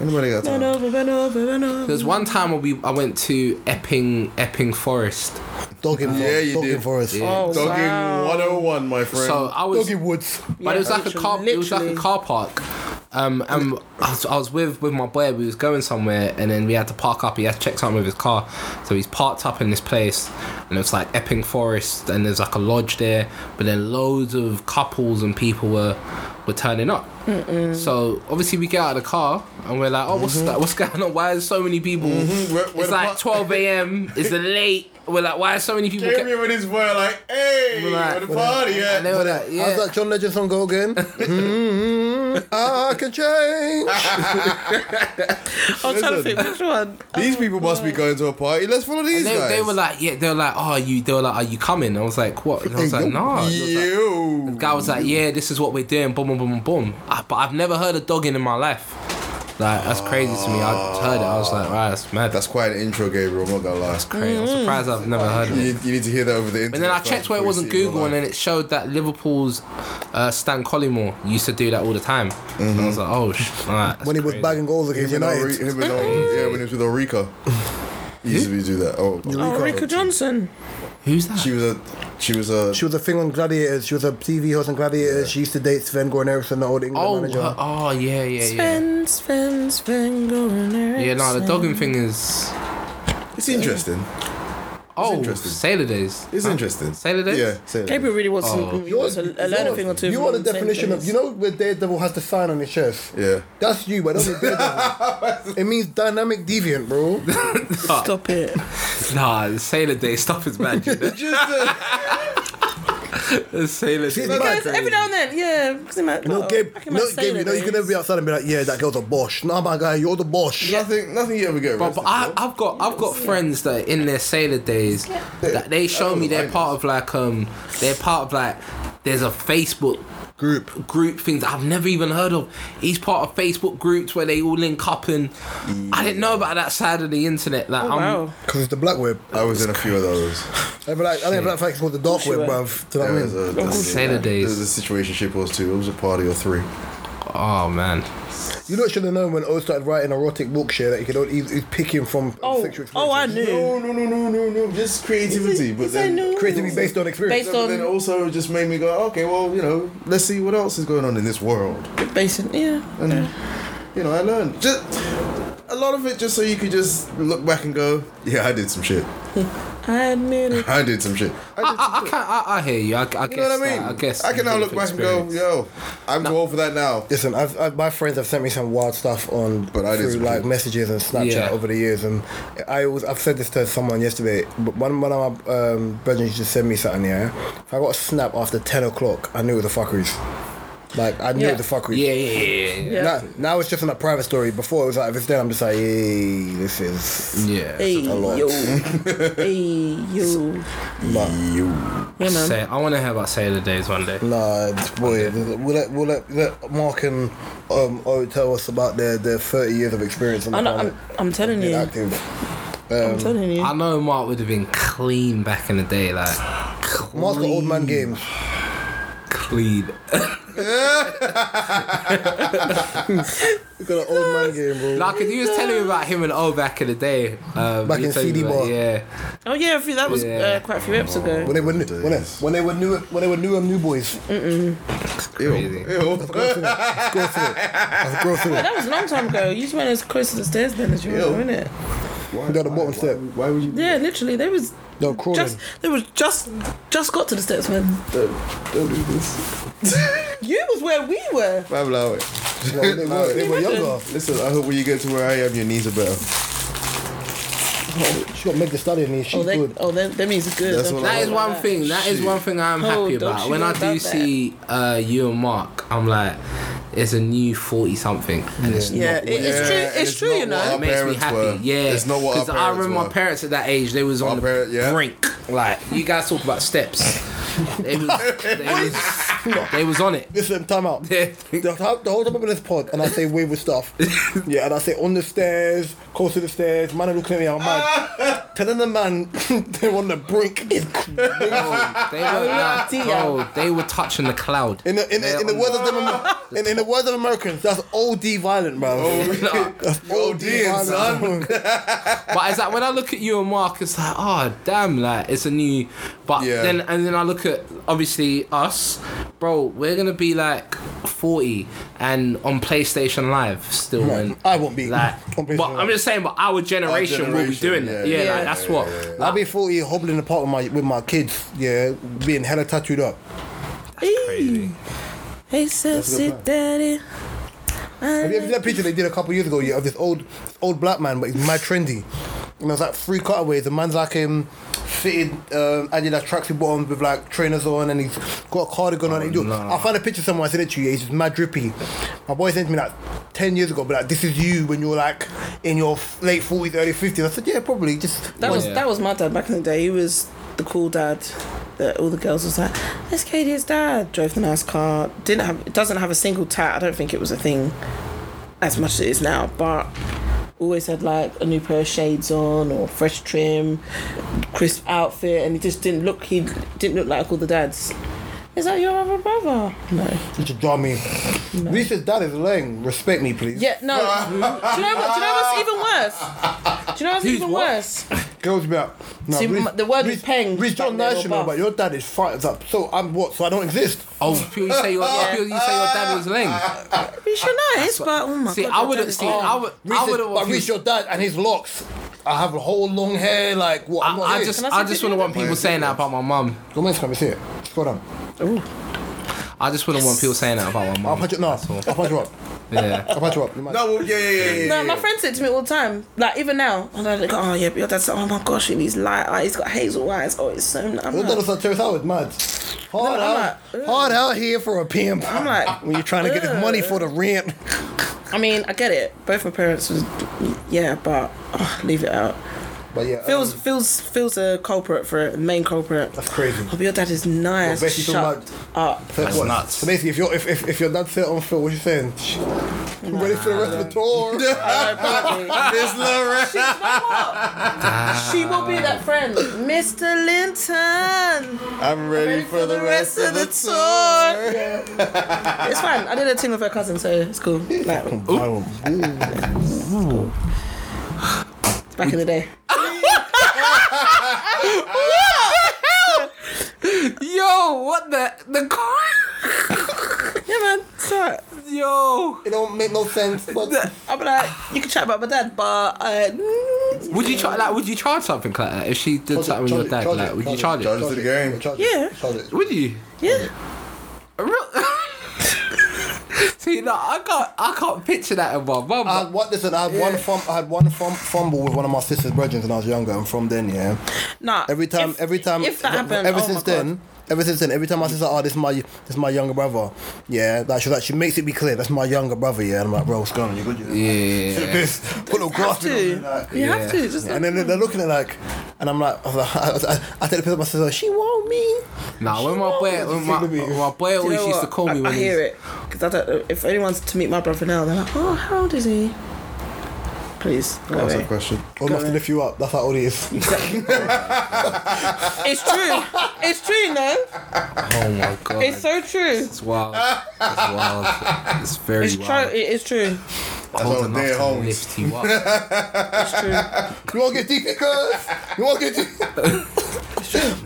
anybody got time?
Bend over, bend over, bend over.
There's one time when we I went to Epping Epping Forest.
Dogging for
Yeah,
us.
you
Dogging
did.
for us.
Oh
Dogging
wow!
101, my friend.
So I was
Dogging Woods.
But it was
Yeah,
like a car. It was like a
literally.
car park. Um, and I was, I was with with my boy. We was going somewhere, and then we had to park up. He had to check something with his car, so he's parked up in this place, and it was like Epping Forest, and there's like a lodge there. But then loads of couples and people were were turning up. So obviously we get out of the car, and we're like, oh, what's
Mm-hmm.
that? What's going on? Why is so many people?
Where- where
It's
the
like
park-
12 a.m. It's late. We're like, why are so many people?
Came
Get-
here with his boy like, hey,
We're like,
where the party at?
and they were like, yeah.
How's that John Legend song go
*laughs*
again? hmm I can change.
I was trying to
Listen.
think which one.
These people must be going to a party. Let's follow these
they,
guys.
they were like, yeah, they were like, oh, are you, they were like, are you coming? I was like, what? And I was like, nah. And I was like-
you.
the guy was like, yeah, this is what we're doing, boom, boom, boom, boom. I, but I've never heard of dogging in my life. Like, that's crazy to me. I just heard it. I was like, right, that's mad. That's
That's quite an intro, Gabriel. I'm not gonna lie.
crazy. I'm surprised I've never heard
You
of it.
need, you need to hear that over the internet.
And then I
first
checked where it
before you
wasn't
see it in
Google,
real
and then
life.
it showed that Liverpool's uh, Stan Collymore used to do that all the time. And I was like, oh, sh- *laughs* all right, that's
when he was
crazy.
bagging goals against
Him and,
United.
Ori- him and Ori- yeah, when he was with Orica. used to be do that. Oh,
Oh, Rika Johnson.
Who's that?
She was a. She was a.
She was a thing on Gladiators. She was a TV host on Gladiators. She used to date Sven Goran Eriksson, the old England
oh,
manager.
her- oh yeah, yeah, yeah.
Sven, Sven, Sven, going
Yeah, no, the dogging thing is.
it's interesting.
Oh,
interesting.
Sailor Days.
It's interesting.
Say that it
Yeah.
is.
Say that.
Gabriel really wants,
Oh.
some, really wants a, a learn a thing or two.
You are
from
the
him, same
definition of
things.
you know where Daredevil has the sign on his chest.
Yeah.
That's you, but that's not Daredevil.
*laughs*
it means dynamic deviant, bro.
Stop it.
Nah, the Sailor Day stuff is bad. you know.
Just uh, a-
the Sailor Day.
Because
Because every now and then, yeah. Because no,
No, Gabe, no, Gabe, you know you can never be outside and be like, yeah, that girl's a bosh. Nah, my guy, you're the bosh.
nothing. Nothing you ever get
But,
arrested.
but I, I've got I've got friends that are in their sailor days that they show me they're part of like um they're part of like there's a Facebook group group things I've never even heard of. He's part of Facebook groups where they all link up and I didn't know about that side of the internet. Like I'm
Oh, Wow.
Because it's the black web.
for. I was in a few of those.
I, feel like, I think black facts called the dark web,
were.
bruv. Do you know
There
what I
was
mean?
a, there was a-
Sailor
There
Days.
was a situation ship was two. It was a party of three.
oh man.
You know, should have known when O started writing erotic bookshare that you could only he's, he's picking from
Oh,
sexual
oh, I
experiences.
knew.
no, no, no, no, no. Just creativity,
Is it- is that new?
Creatively based on experience.
Based
But then
on-
also just made me go, okay, well, you know, let's see what else is going on in this world.
Basin, yeah.
And you know, I learned just a lot of it just so you could just look back and go, yeah, I did some shit.
I admit it.
I did some shit. I
I,
did
I, I, can't, I, I hear you. I, I
you
guess
know what I
that-
mean?
I guess
I can now
you've
look back and
experienced.
go, yo, I'm too old for that now.
Listen, I've, I've, my friends have sent me some wild stuff on
But I did
through
some
like
shit.
messages and Snapchat
Yeah.
over the years, and I always I've said this to someone yesterday. But one one of my um, brethren used to send me something. Yeah, if I got a snap after ten o'clock, I knew it was a fuckeries. Like I knew
Yeah.
it was a fuckeries.
Yeah, yeah, yeah, yeah. yeah.
Yeah.
Now, now it's just in a private story. Before it was like if it's then I'm just like, hey, this is.
Yeah.
Hey,
lot.
yo. hey, yo.
But
Yeah, man.
Say, I want to hear about Sailor Days one day.
nah, it's boy, will let will let, let Mark and um, O tell us about their, their thirty years of experience on the
I'm,
planet.
I'm, I'm telling you.
being active.
I'm telling you.
I know Mark would have been clean back in the day, like
Mark's got old man
clean.
games.
clean.
We've got an old man game, bro.
Like, cause you was telling me about him and O back in the day. Um,
Back
you
in
told me
CD
about-
bar.
Yeah.
Oh, yeah, I think that was
Yeah.
uh, quite a few eps ago.
when they were new, when they, when they were new when they were new and new boys.
Ew.
Crazy.
Ew.
Let's go through it. Let's go through it.
That was a long time ago. You just went as close to the stairs then as you were,
Yo.
wasn't it?
Why,
Got the bottom step.
Why would you?
Yeah, literally. They was
They were crawling.
just they was just just got to the steps when
Don't, don't do this.
you was where we were.
Fam, allow it.
No, they were, they were younger.
Listen, I hope when you get to where I am, your knees are better.
She got make the study and she's
Oh, they,
good.
oh, that, that means it's good.
That's
Don't
what
you
I-
That is
know
one
that.
thing. That is one thing I'm
Oh,
happy
don't
about.
you
When
know
I do
about that?
see uh, you and Mark, I'm like, it's a new forty something, and it's
Yeah, it, it's
Yeah,
true.
and
It's,
it's
true,
not
you
what
know.
It makes me
parents
happy.
were.
Yeah,
It's not what our
'Cause I
parents
remember
were.
my parents at that age. They was on
Our
the
parent- yeah.
brink. Like you guys talk about steps. They
*laughs*
was, they was, they was on it.
Listen,
*laughs*
time out. The, whole- the whole time I'm in this pod and I say weird with stuff. yeah, and I say on the stairs, close to the stairs, man are looking at me, I'm
*laughs*
mad. Telling the man *laughs* they're on the brink is crazy.
They were, like,
dear.
bro, they were touching the cloud.
In the, in, the, in, the words of them, Amer- in, in the words of Americans, that's OD violent, bro.
Oh,
*laughs* that's OD,
dear, son.
violent.
*laughs* but it's like when I look at you and Mark, it's like, oh damn, like it's a new. But
Yeah.
then and then I look at obviously us, bro. We're gonna be like forty and on PlayStation Live still. And,
I won't be
like,
*laughs* on PlayStation
but I'm
Live.
just saying, but our generation, will be
generation,
doing that.
yeah,
Yeah,
yeah,
like, that's what.
I'll be 40 hobbling apart with my, with my kids, yeah, being hella tattooed up.
Hey, hey, sexy daddy.
Have you ever seen that picture they did a couple years ago yeah, of this old this old black man, but he's mad trendy? And there's like three cutaways. The man's like him fitted um, Adidas tracksuit bottoms with like trainers on and he's got a cardigan on. and he do.
no.
I found a picture somewhere, I said it to you, yeah, he's just mad drippy. My boy sent me like 10 years ago, but like, this is you when you're like in your f- late 40s, early 50s. I said, yeah, probably. Just
That was
Yeah.
that was my dad back in the day. He was the cool dad that all the girls was like, "That's Katie's dad." Drove the nice car. Didn't have doesn't have a single tat. I don't think it was a thing as much as it is now, but. Always had like a new pair of shades on or fresh trim, crisp outfit, and he just didn't look. He didn't look like all the dads. Is that your other brother? No.
It's a dummy. This is that is lying. Respect me, please.
Yeah,
*laughs*
no. do, you know what, do you know what's even worse? Do you know what's
Who's
even
what?
worse?
Girls be like, no,
See,
Reece-
m- the word is
Reece-
peng,
Reece, you're
but they're all
national,
buff.
but your dad is fired up. So I'm what? So I don't exist.
Oh, you say your, you say your dad was lame.
We should know, it's but oh my
See,
god.
I
your
wouldn't
dad's
see.
gone.
I would.
Reece
I
is-
would
but Reece,
have.
your dad and his locks. I have a whole long hair. Like what? I'm
I,
not
I
here.
just,
Can I
I
say
just
something?
wouldn't want people saying that about my mum.
Your man's coming. See it. Scroll down.
I just wouldn't want people saying that about my
I'll
mum.
punch it. No, I'll punch you up.
Yeah.
I'll punch you up. You might-
No, well, yeah, yeah, yeah, yeah.
No,
yeah.
my friend said to me all the time, like even now, and I like, oh yeah, but your dad's like, oh my gosh, and he's light eyes, he's got hazel eyes, oh it's so. I'm
Your dad
like,
is on Terrace Howard, mad. Hard
No, I'm
out,
like, ugh.
hard
uh.
out here for a pimp.
I'm like,
*laughs* when you're trying to get this money for the rent.
I mean, I get it. Both my parents was, yeah, but oh, leave it out.
But yeah,
Phil's
um,
Phil's Phil's a culprit for it, main culprit.
that's crazy.
Oh, but your dad is nice.
Well, basically
Shut up.
That's
nuts.
*laughs*
So basically, if your if, if, if your dad set on Phil, what you saying? I'm ready for the rest of the *laughs* tour.
I know, probably.
This little
She,
*laughs*
you know what? she will be that friend, Mr. Linton.
I'm ready for the rest of the tour.
tour. it's fine. I did a thing with her cousin, so it's cool. Like, back in the day.
Yo, what the the car?
*laughs* Yeah, man. It's alright.
Yo,
It don't make no sense. But
*laughs*
I'll be like, you can chat about my dad, but uh, mm,
would you charge like? Would you charge something like that if she did something with your dad? like, would you charge it?
charge it. game.
Charge
Yeah.
It. Charge it.
Would you?
yeah.
A real- *laughs* See, no, I can't. I can't picture that in my mum.
I had one, listen, I had one fum, I had one fum, fumble with one of my sister's brethren when I was younger, and from then, yeah.
Nah.
Every time,
if-
every time,
If that happened,
ever
oh
since
my God.
then, ever since then, every time my sister, oh, this is my, this is my younger brother, yeah. Like she, like she makes it be clear, that's my younger brother, yeah. And I'm like, bro, what's going on? You good? You
Yeah,
Shit, *laughs*
yeah,
this, put a little
have
grass in
to.
it, like,
You have to. Just
And then they're looking at like, and I'm like, I, was like, *laughs* I, was- I, I take the picture of my sister. She want me.
Nah, when my boy, when my, when my boy
You
always
know
used to
what?
call me
I,
when
I
he's
hear it because I don't. know- If anyone's to meet my brother now, they're like, "Oh, how old is he?" Please, go
That's a
away.
question.
Or must lift you up. That's how old it is. *laughs*
it's true. It's true, no.
Oh my god,
It's so true.
It's wild. It's wild. It's very
It's true.
wild.
It is true.
That's
Old
all
enough
day
to
home.
lift you up.
It's true.
You won't get deep because you won't get deep.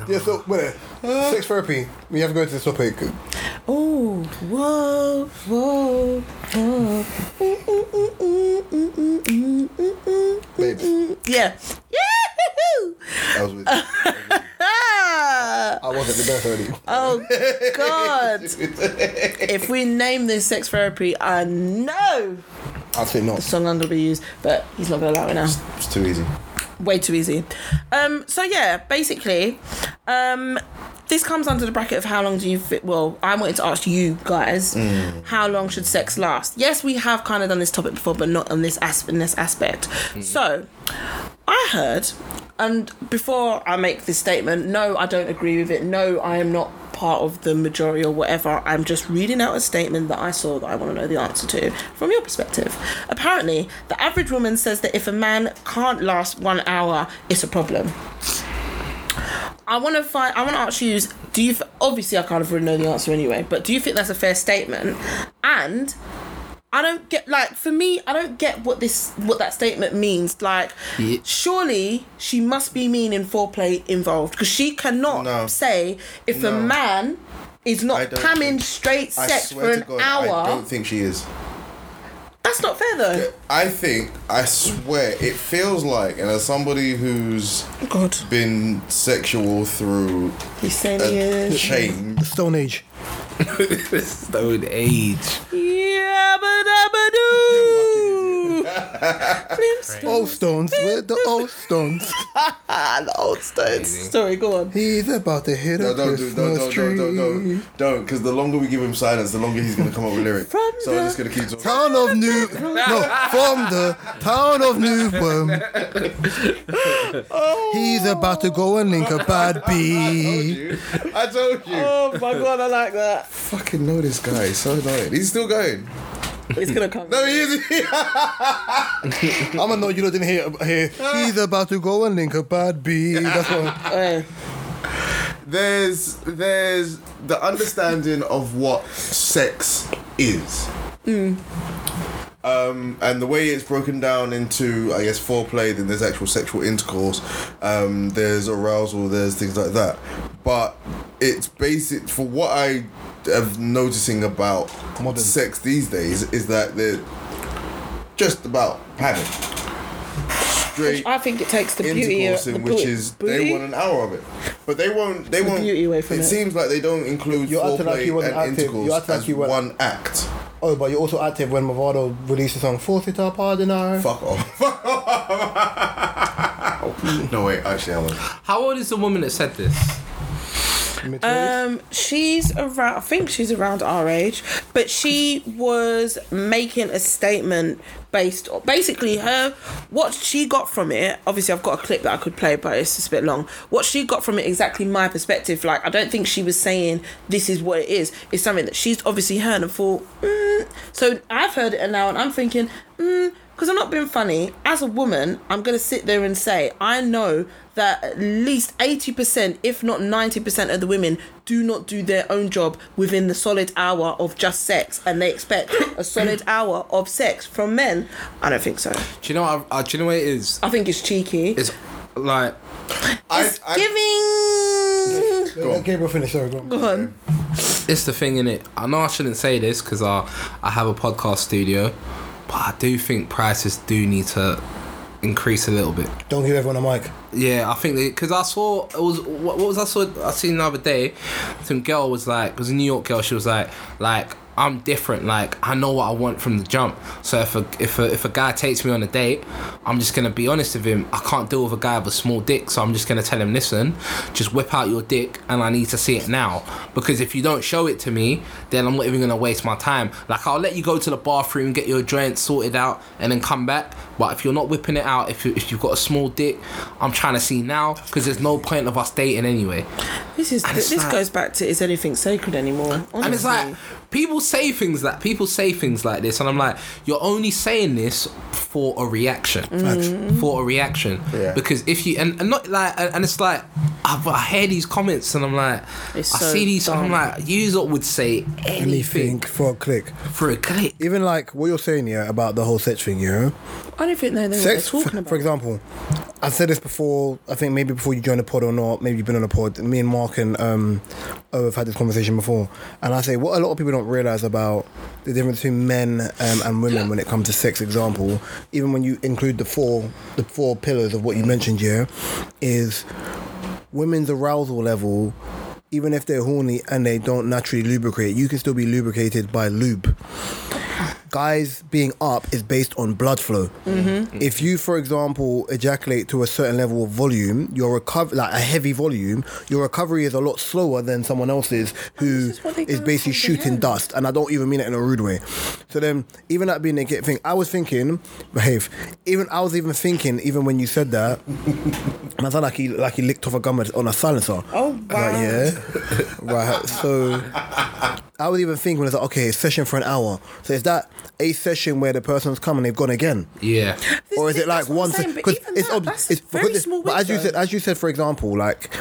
yeah, so wait, sex therapy. We have to go into this topic.
Oh, whoa, whoa, whoa. *laughs* Mm, mm, mm, mm, mm, mm, mm, mm, mm,
Babes.
mm. Yeah. Yahoo!
That was *laughs* weird.
Ah!
I wasn't the best already.
Oh God! if we name this sex therapy, I know
I'd say no.
the song I'm gonna be used, but he's not gonna allow it now.
It's too easy.
Way too easy. Um. So yeah, basically, um, this comes under the bracket of how long do you fit? Well, I wanted to ask you guys, how long should sex last? Yes, we have kind of done this topic before, but not on this as- in this aspect. So, I heard, and before I make this statement, no, I don't agree with it. No, I am not part of the majority or whatever. I'm just reading out a statement that I saw that I want to know the answer to from your perspective. Apparently, the average woman says that if a man can't last one hour, it's a problem. I want to find. I want to ask you. Do you? f- Obviously, I kind of already know the answer anyway. But do you think that's a fair statement? And I don't get like for me, I don't get what this what that statement means. Like,
Yeah.
surely she must be meaning foreplay involved because she cannot
No.
say if a
No.
man is not
I don't
pamming
think-
straight
I
sex
swear
for
to
an
God, I
hour.
don't think she is.
That's not fair though.
I think, I swear, it feels like, and as somebody who's
God,
been sexual through
he's saying he
a *laughs*
is.
chain,
Stone Age.
Stone age.
*laughs*
Yabba-dabba-doo. Flintstone.
Old stones. Where the old stones?
Ah, the old stones. Sorry, go on.
He's about to hit
No,
a
don't do,
Christmas
no, don't,
tree.
don't, don't, don't, don't, because the longer we give him silence, the longer he's gonna come up with lyrics.
From
so I'm just
the-
gonna keep talking.
Town of New, no, from the town of Newham. He's about to go and link
*laughs*
a bad bee.
I told you.
Oh my god, I like that.
fucking know this guy. He's so annoying. He's still going.
It's gonna come.
No, he is.
I'ma know you lot didn't
*laughs*
hear, hear. He's about to go and link a bad bee. That's what.
Uh,
there's there's the understanding of what sex is. Um, and the way it's broken down into, I guess, foreplay, then there's actual sexual intercourse, um, there's arousal, there's things like that. But it's basic for what I have noticing about
Modern.
sex these days is that they're just about having straight
I think it takes the beauty,
intercourse
the
in,
boo-
which is
booty.
they want an hour of it, but they won't. They won't.
beauty away from
it,
it.
seems like they don't include
You're acting
foreplay
like you wasn't
and
active.
intercourse
You're acting like
as
you weren't-
one act.
Oh, but you're also active when Movado released the song Force It Up, I don't know.
Fuck off. *laughs* no wait, actually, I was.
How old is the woman that said this?
Um, she's around. I think she's around our age, but she was making a statement based, basically her what she got from it. Obviously, I've got a clip that I could play, but it's just a bit long. What she got from it, exactly my perspective. Like, I don't think she was saying this is what it is. It's something that she's obviously heard and thought. Mm. So I've heard it now, and I'm thinking. Mm, because I'm not being funny. As a woman, I'm going to sit there and say, I know that at least 80%, if not 90% of the women do not do their own job within the solid hour of just sex and they expect a solid hour of sex from men. I don't think so.
Do you know what? I, uh, do you know what it is?
I think it's cheeky. It's,
It's like
I, I,
giving.
go on.
Let Uh, Gabriel finish, sorry, go on.
Go on.
it's the thing in it. I know I shouldn't say this because I I have a podcast studio, but I do think prices do need to increase a little bit.
Don't give everyone a mic.
Yeah, I think because I saw it was what, what was I saw I seen the other day. Some girl was like, it was a New York girl. She was like, like I'm different. Like I know what I want from the jump. So if a if a, if a guy takes me on a date, I'm just gonna be honest with him. I can't deal with a guy with a small dick, so I'm just gonna tell him, listen, just whip out your dick, and I need to see it now. Because if you don't show it to me, then I'm not even gonna waste my time. Like I'll let you go to the bathroom, get your joint sorted out, and then come back. But if you're not whipping it out, if, you, if you've got a small dick, I'm trying to see now because there's no point of us dating anyway.
This is
And it's
this
like-
goes back to is anything sacred anymore? Honestly.
And it's like people say things like people say things like this, and I'm like, you're only saying this for a reaction, Mm. for a reaction.
Yeah.
Because if you and, and not like and, and it's like I, I hear these comments and I'm like,
It's
I
so
see these, and I'm
dumb.
like, you lot would say
Anything
anything,
for a click.
for a click.
Even like what you're saying here about the whole sex thing, you know?
I don't think they know what they're
Sex,
talking
for,
about.
for example, I said this before. I think maybe before you joined the pod or not. Maybe you've been on the pod. Me and Mark and um, O have had this conversation before, and I say what a lot of people don't realize about the difference between men um, and women when it comes to sex. Example, even when you include the four the four pillars of what you mentioned here, is women's arousal level. Even if they're horny and they don't naturally lubricate, you can still be lubricated by lube guys being up is based on blood flow.
Mm-hmm.
If you, for example, ejaculate to a certain level of volume, your recover like a heavy volume, your recovery is a lot slower than someone else's who
is what they
is
don't
basically shooting
comprehend.
dust. And I don't even mean it in a rude way. So then, even that being a gay thing, I was thinking, behave. Even I was even thinking, even when you said that, man sound like he like he licked off a gum on a silencer.
Oh, wow.
Like, yeah. *laughs* right. So. I was even thinking, it's like, okay, session for an hour. So is that a session where the person's come and they've gone again?
Yeah.
or is
This-
it like
that's what I'm
one?
saying, but
Because
even
it's
that,
ob-
that's a
it's
very
because it-
small
But as you
window.
said, as you said, for example, like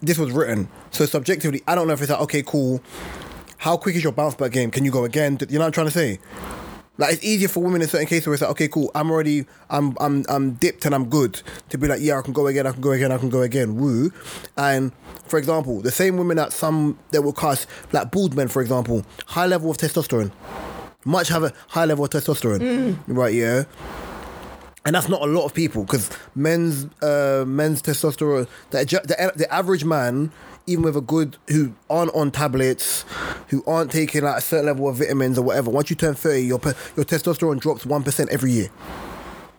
this was written, so subjectively, I don't know if it's like, okay, cool. How quick is your bounce back game? Can you go again? Do- You know what I'm trying to say? Like it's easier for women in certain cases where it's like, okay, cool, I'm already, I'm, I'm, I'm dipped and I'm good to be like, yeah, I can go again, I can go again, I can go again, woo. And for example, the same women that some that will cast, like bald men, for example, high level of testosterone, much have a high level of testosterone, right? Yeah, and that's not a lot of people because men's uh, men's testosterone the, the the average man even with a good who aren't on tablets who aren't taking like a certain level of vitamins or whatever once you turn 30 your pe- your testosterone drops 1% every year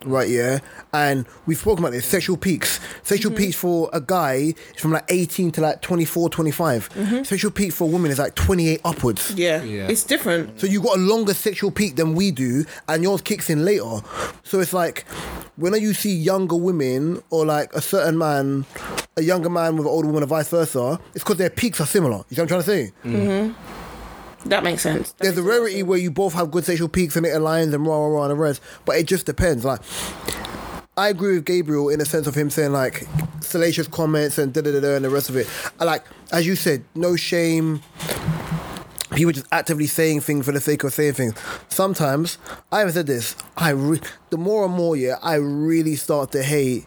right yeah and we've spoken about this sexual peaks sexual peaks for a guy is from like 18 to like 24 25 sexual peak for a woman is like 28 upwards
yeah.
Yeah.
it's different.
so you got a longer sexual peak than we do, and yours kicks in later. So it's like when you see younger women or like a certain man, a younger man with an older woman, or vice versa, it's because their peaks are similar. You see what I'm trying to say?
That makes sense.
There's a rarity where you both have good sexual peaks and it aligns and rah rah rah and the rest, but it just depends. Like I agree with Gabriel in the sense of him saying like salacious comments and da da da da and the rest of it. I like as you said, no shame. People just actively saying things for the sake of saying things. Sometimes I have said this. I re- the more and more yeah, I really start to hate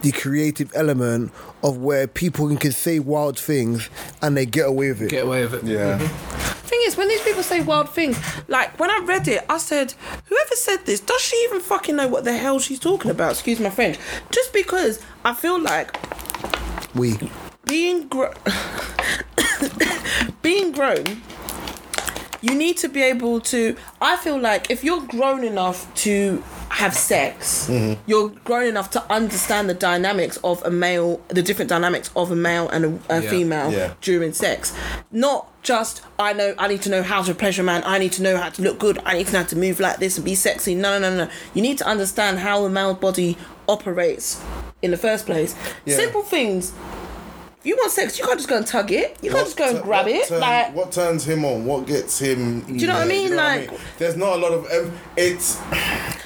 the creative element of where people can, can say wild things and they get away with it.
Get away with it.
Yeah.
Thing is, when these people say wild things, like when I read it, I said, "Whoever said this, does she even fucking know what the hell she's talking about?" Excuse my French. Just because I feel like
We
being gr- *coughs* being grown you need to be able to i feel like if you're grown enough to have sex you're grown enough to understand the dynamics of a male the different dynamics of a male and a, a
Yeah.
female
Yeah.
during sex not just i know i need to know how to pleasure a man i need to know how to look good i need to know how to move like this and be sexy no no no no you need to understand how the male body operates in the first place simple things if you want sex, you can't just go and tug it. You can't just go and
tu-
grab
what
it.
turn-
like
what turns him on? What gets him? Do
you know what I mean? Like-
there's not a lot of ev- it's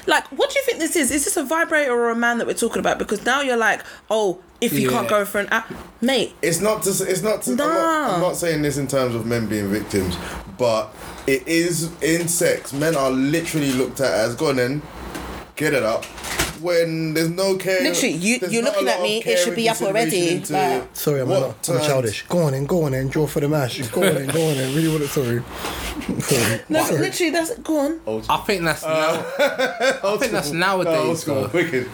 like what do you think this is? Is this a vibrator or a man that we're talking about? Because now you're like, oh, if you can't
Yeah.
go for an app, mate.
it's not to s- it's not to, I'm, not, I'm
Nah.
not saying this in terms of men being victims, but it is in sex. Men are literally looked at as go on then, get it up. When there's no care,
Literally, you-
there's
you're
not a
looking at
lot of
me, it
care
should
and
be up already,
consideration into
like-
Sorry, I'm,
what
not, I'm
turns-
childish. Go on in, go on in, draw for the mash. uh, Go on in, go on in. Really want it, sorry. *laughs* sorry.
No,
sorry.
literally, that's go on.
I think that's
Uh.
now, I think that's
Oh,
nowadays.
school,
though.
wicked.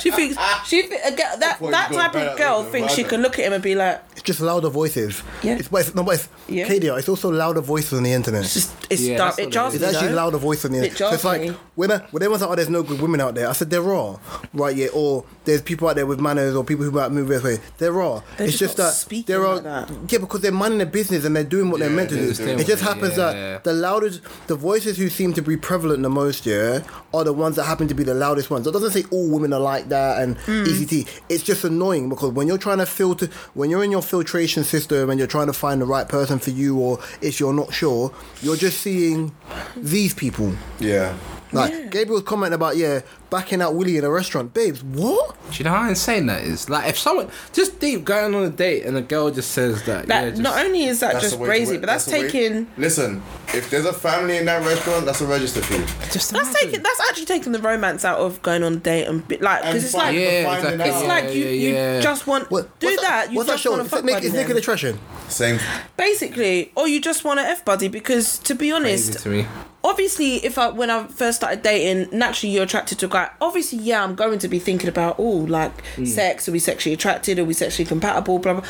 She thinks she thi- a girl, that
Well,
that
you've
type
got
of
that,
girl
though,
thinks she
right?
can look at him and be like,
It's just louder voices.
Yeah.
It's, but it's, no, but it's,
Yeah.
Kadia, it's also louder voices on the internet.
it's just it's
Yeah,
dark.
that's
It
what
jars
it
It's
me,
actually
though.
louder voice on the internet.
It
So it's
jars
like
me.
when, I, when everyone's like, "Oh, there's no good women out there," I said there are, right? Yeah, or there's people out there with manners, or people who might move this way. There are.
They're
it's
just
just,
not
that
speaking
there are.
like that.
Yeah, because they're minding their business and they're doing what they're meant to
they're
do.
just doing
It
what
just
they-
happens
yeah.
that the loudest, the voices who seem to be prevalent the most, yeah, are the ones that happen to be the loudest ones. That doesn't say all women are like that and
Hmm.
ECT. It's just annoying because when you're trying to filter, when you're in your filtration system and you're trying to find the right person for you, or if you're not sure, you're just seeing these people.
Yeah.
Like Gabriel's comment about yeah, backing out Willie in a restaurant, babes. What?
Do you know how insane that is? Like if someone just deep going on a date and a girl just says that,
That
yeah, just,
not only is that
That's
just
the way to
crazy,
it.
but that's,
the way-
taking
Listen, if there's a family in that restaurant, that's a register fee.
just
that's
imagine.
taking that's actually taking the romance out of going on a date and be, like because
And
it's
fuck
like
the
Yeah,
finding
exactly.
it's
out.
like you,
yeah, yeah.
you just want
What?
do
what's
that. you
what's
just
that show?
want to
Is
fuck
it Nick,
buddy
is Nick
then.
the Trashin?
Same.
basically or you just want to f buddy because to be
Crazy
honest
to me.
obviously if i when i first started dating naturally you're attracted to a guy obviously yeah i'm going to be thinking about oh like sex are we sexually attracted are we sexually compatible blah blah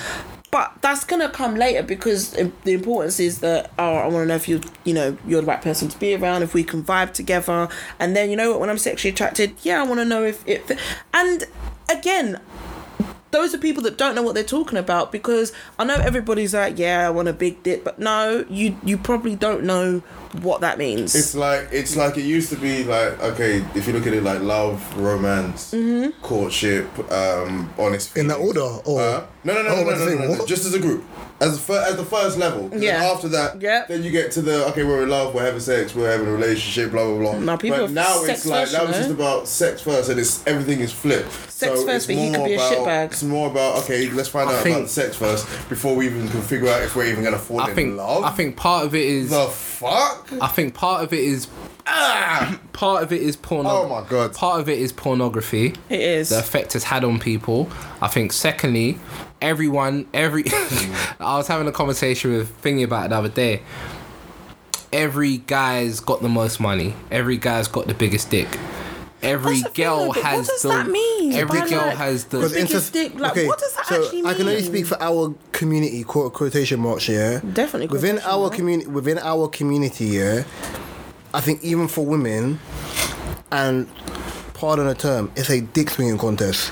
but that's gonna come later because im- the importance is that oh i want to know if you you know you're the right person to be around if we can vibe together and then you know what when i'm sexually attracted yeah i want to know if it fit. and again those are people that don't know what they're talking about because I know everybody's like, yeah, I want a big dick, but no, you you probably don't know what that means.
It's like it's like it used to be like okay if you look at it like love romance
Mm-hmm.
courtship um honest
In that
feelings.
order, or-
uh, no no no
Oh,
no, no,
what to
no,
say,
no, no,
what?
just as a group as the first as the first level And then
Yeah.
after that
Yep.
then you get to the okay we're in love we're having sex we're having a relationship blah blah blah
Now, people
but
are
now it's
sex
like
first,
now
you
it's
know?
just about sex first and it's everything is flipped
Sex
so
first,
it's
but he could
more
be a
about,
shitbag.
it's more about okay let's find
I
out about
think-
the sex first before we even can figure out if we're even gonna fall
I
in
think
love
I think part of it is
the fuck
I think part of it is ah, part of it is pornography.
Oh my God.
Part of it is pornography.
It is.
the effect it's had on people. I think secondly, everyone every *laughs* I was having a conversation with Thingy about it the other day. Every guy's got the most money. Every guy's got the biggest dick. Every
That's the thing,
girl
though, but what
has
does
the
that mean?
every
By,
girl
like-
has the
Because biggest dick, like, what does that
so
actually
I can only
mean?
speak for our community, quote quotation marks, yeah.
Definitely
Within
quotation
our
mark.
community, within our community, yeah. I think even for women, and pardon the term, it's a dick swinging contest.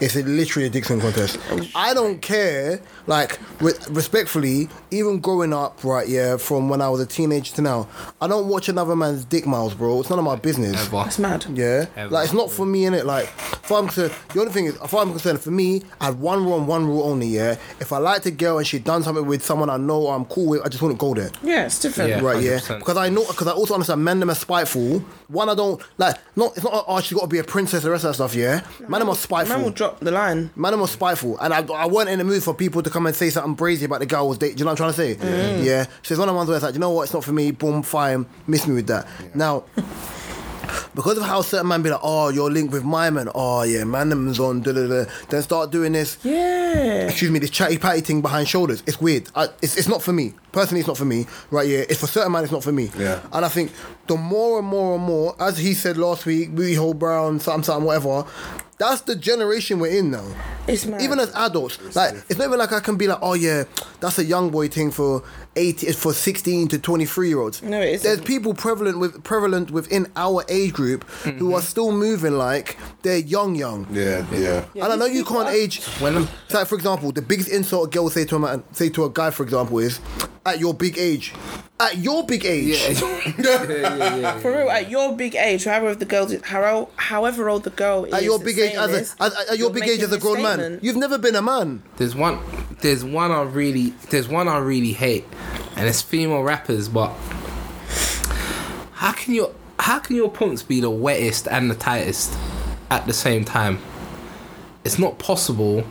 It's a, literally a dick swinging contest. I don't care. Like re- respectfully, even growing up, right? Yeah, from when I was a teenager to now, I don't watch another man's dick mouths, bro. It's none of my business.
ever.
That's mad.
Yeah,
Ever.
like it's not for me, innit? Like, if I'm concerned, the only thing is, if I'm concerned, for me, I had one rule and one rule only. Yeah, if I liked a girl and she done something with someone I know or I'm cool with, I just wouldn't go there.
Yeah, it's different.
Yeah.
Right, yeah,
100%.
because I know, because I also understand men them are spiteful. One, I don't like. Not, it's not, oh, she's got to be a princess, the rest of that stuff, yeah? man, I'm spiteful.
Man will drop the line.
Man, I'm spiteful, and I, I weren't in the mood for people to come and say something brazy about the girl I was dating. Do you know what I'm trying to say? Yeah. So it's one of the ones where it's like, you know what? It's not for me. Boom, fine. Miss me with that. Now, because of how certain man be like, oh, you're linked with my man. Oh yeah, man, them's on. Da, da, da. Then start doing this.
Yeah.
Excuse me, this chatty patty thing behind shoulders. It's weird. I, it's, it's not for me. Personally, it's not for me. Right, yeah. It's for certain man, it's not for me.
Yeah.
And I think the more and more and more, as he said last week, booty hole brown, something, something, whatever, that's the generation we're in now.
It's mad.
Even as adults, like it's not even like I can be like, oh yeah, that's a young boy thing for eighty, for sixteen to twenty three year olds.
No, it isn't.
there's people prevalent with prevalent within our age group who are
Mm-hmm.
still moving like they're young, young.
Yeah, yeah.
and I know you can't age.
When I'm-
it's like for example, the biggest insult a girl say to a man, say to a guy, for example, is at your big age. At your big age.
yeah, yeah, yeah.
For real, at your big age, however old the girl, is, how, however old the girl is,
At your
that's
big age
saying
as a,
this,
at, at- at your
you're
big
making
age as a
this
grown man.
statement.
You've never been a man.
There's one. There's one I really. There's one I really hate, and it's female rappers. But how can your how can your pumps be the wettest and the tightest at the same time? It's not possible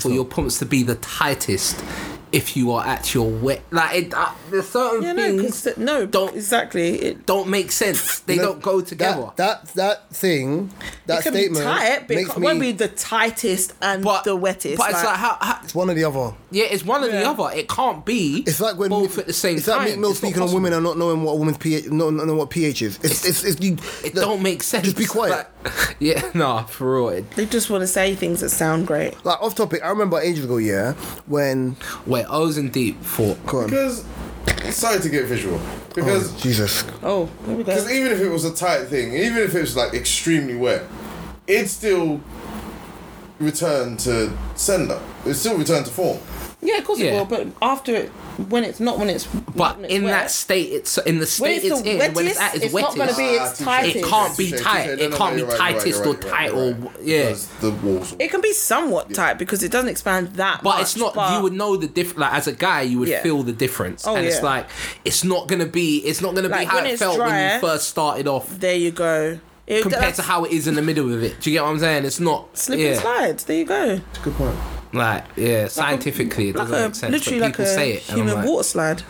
for your pumps to be the tightest if you are at your wet. Like it, uh, there's certain
yeah, no,
things
'cause- no,
Don't-
exactly. It,
don't make sense. They
No,
don't go
that-
together.
That that, thing, that
it can be
statement
tight, but it
makes
can't-
me.
won't be the tightest and
but
the wettest.
But it's like how, how
it's one or the other.
Yeah, it's one or the
Yeah.
other. It can't be.
It's like when
both at the same
it's
time.
like Meek Mill
It's not
speaking on
possible.
women and not knowing what a woman's pH, not not knowing what pH is. It's it's, it's, you,
It
look,
don't make sense.
Just be quiet.
Like, *laughs* yeah, nah, for real. It,
they just want to say things that sound great.
Like off topic, I remember ages ago, yeah, when
wait, O's and deep for
go on.
Because sorry to get visual. Because
Oh, Jesus,
Oh, here we
Because
go.
even if it was a tight thing, even if it was like extremely wet, it'd still return to sender. It'd still return to form.
Yeah, of course
Yeah.
it will. But after it, when it's not, when it's
But
when it's
in
wet,
that state, it's in the
when
state
it's
it's,
the
in
wettest,
when it's at its,
it's
wettest.
not gonna be
Ah,
its
touche,
tightest.
it can't be
touche,
tight.
touche.
It
No, no,
can't
no,
be
you're right,
tightest
you're right,
or
you're right,
tight
you're
or-
right.
yeah.
Because the walls.
It can be somewhat tight because it doesn't expand that much.
but it's not. you would know the diff. Like as a guy, you would
Yeah.
feel the difference.
Oh,
and it's
yeah.
like it's not gonna be. It's not gonna
Like,
be how
when
it
it's
felt when you
drier-
first started off
There you go. It, uh,
compared to how it is in the middle of it. Do you get what I'm saying? It's not.
slip
yeah.
and slides. There you go.
Good point.
Like yeah, scientifically it
Like
doesn't
a
make sense.
literally
but
like
people
a
say it, and I'm
human
like,
water slide.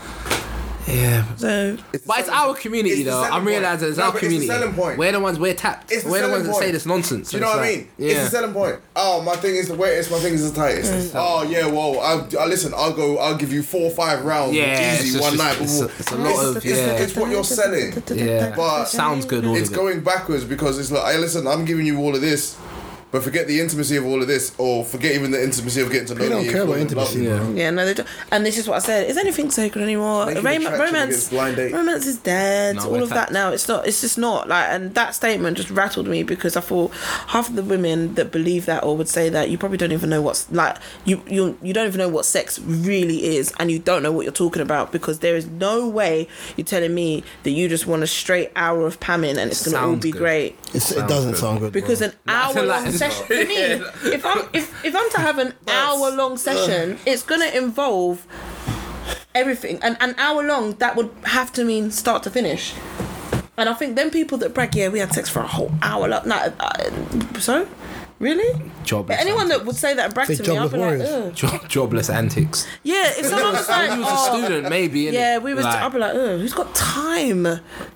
yeah.
So
But it's our community,
It's the
though.
selling
I'm
point.
realizing it's
No,
our
but it's the
community.
selling point.
We're the ones we're tapped.
It's the
we're the
selling
ones
point.
that say this nonsense.
Do you know
It's
what I
like,
mean? It's
Yeah.
the selling point. Oh, my thing is the wettest. My thing is the tightest.
Mm.
Oh yeah, well, I, I listen. I'll go. I'll give you four, five rounds.
Yeah,
easy
it's just-
one
it's-
night.
it's a-
blah, blah.
it's a lot of-
it's,
yeah.
it's what you're selling.
yeah.
But-
sounds good. All
It's
of it.
going backwards because it's like, hey, listen, I'm giving you all of this, but forget the intimacy of all of this, or forget even the intimacy of getting to know
they don't
you,
care about
falling in love.
intimacy.
Yeah.
Yeah, no, they don't. And this is what I said: is anything sacred anymore?
Mm. Making
Rom-
attraction
romance,
against blind date.
romance is dead.
No,
all
we're
of that
facts.
now. It's not. It's just not like. And that statement just rattled me because I thought half of the women that believe that or would say that you probably don't even know what's like. You you you don't even know what sex really is, and you don't know what you're talking about because there is no way you're telling me that you just want a straight hour of pamming and it's gonna all
Sounds
be
good.
great
it's, it doesn't sound good.
uh,
because
bro.
an hour
feel
long
like-
session for me if i'm if, if i'm to have an hour long session it's gonna involve everything and an hour long that would have to mean start to finish and i think then people that brag yeah we had sex for a whole hour like no uh, so really
Jobless.
anyone that would say that and brag
Say
to me i'd be like
jobless warriors.
Ugh.
*laughs* Jo- jobless antics.
yeah if someone's like
When you was a
oh,
student, maybe. innit?
yeah, we was.
Like,
I'd be like, oh, who's got time?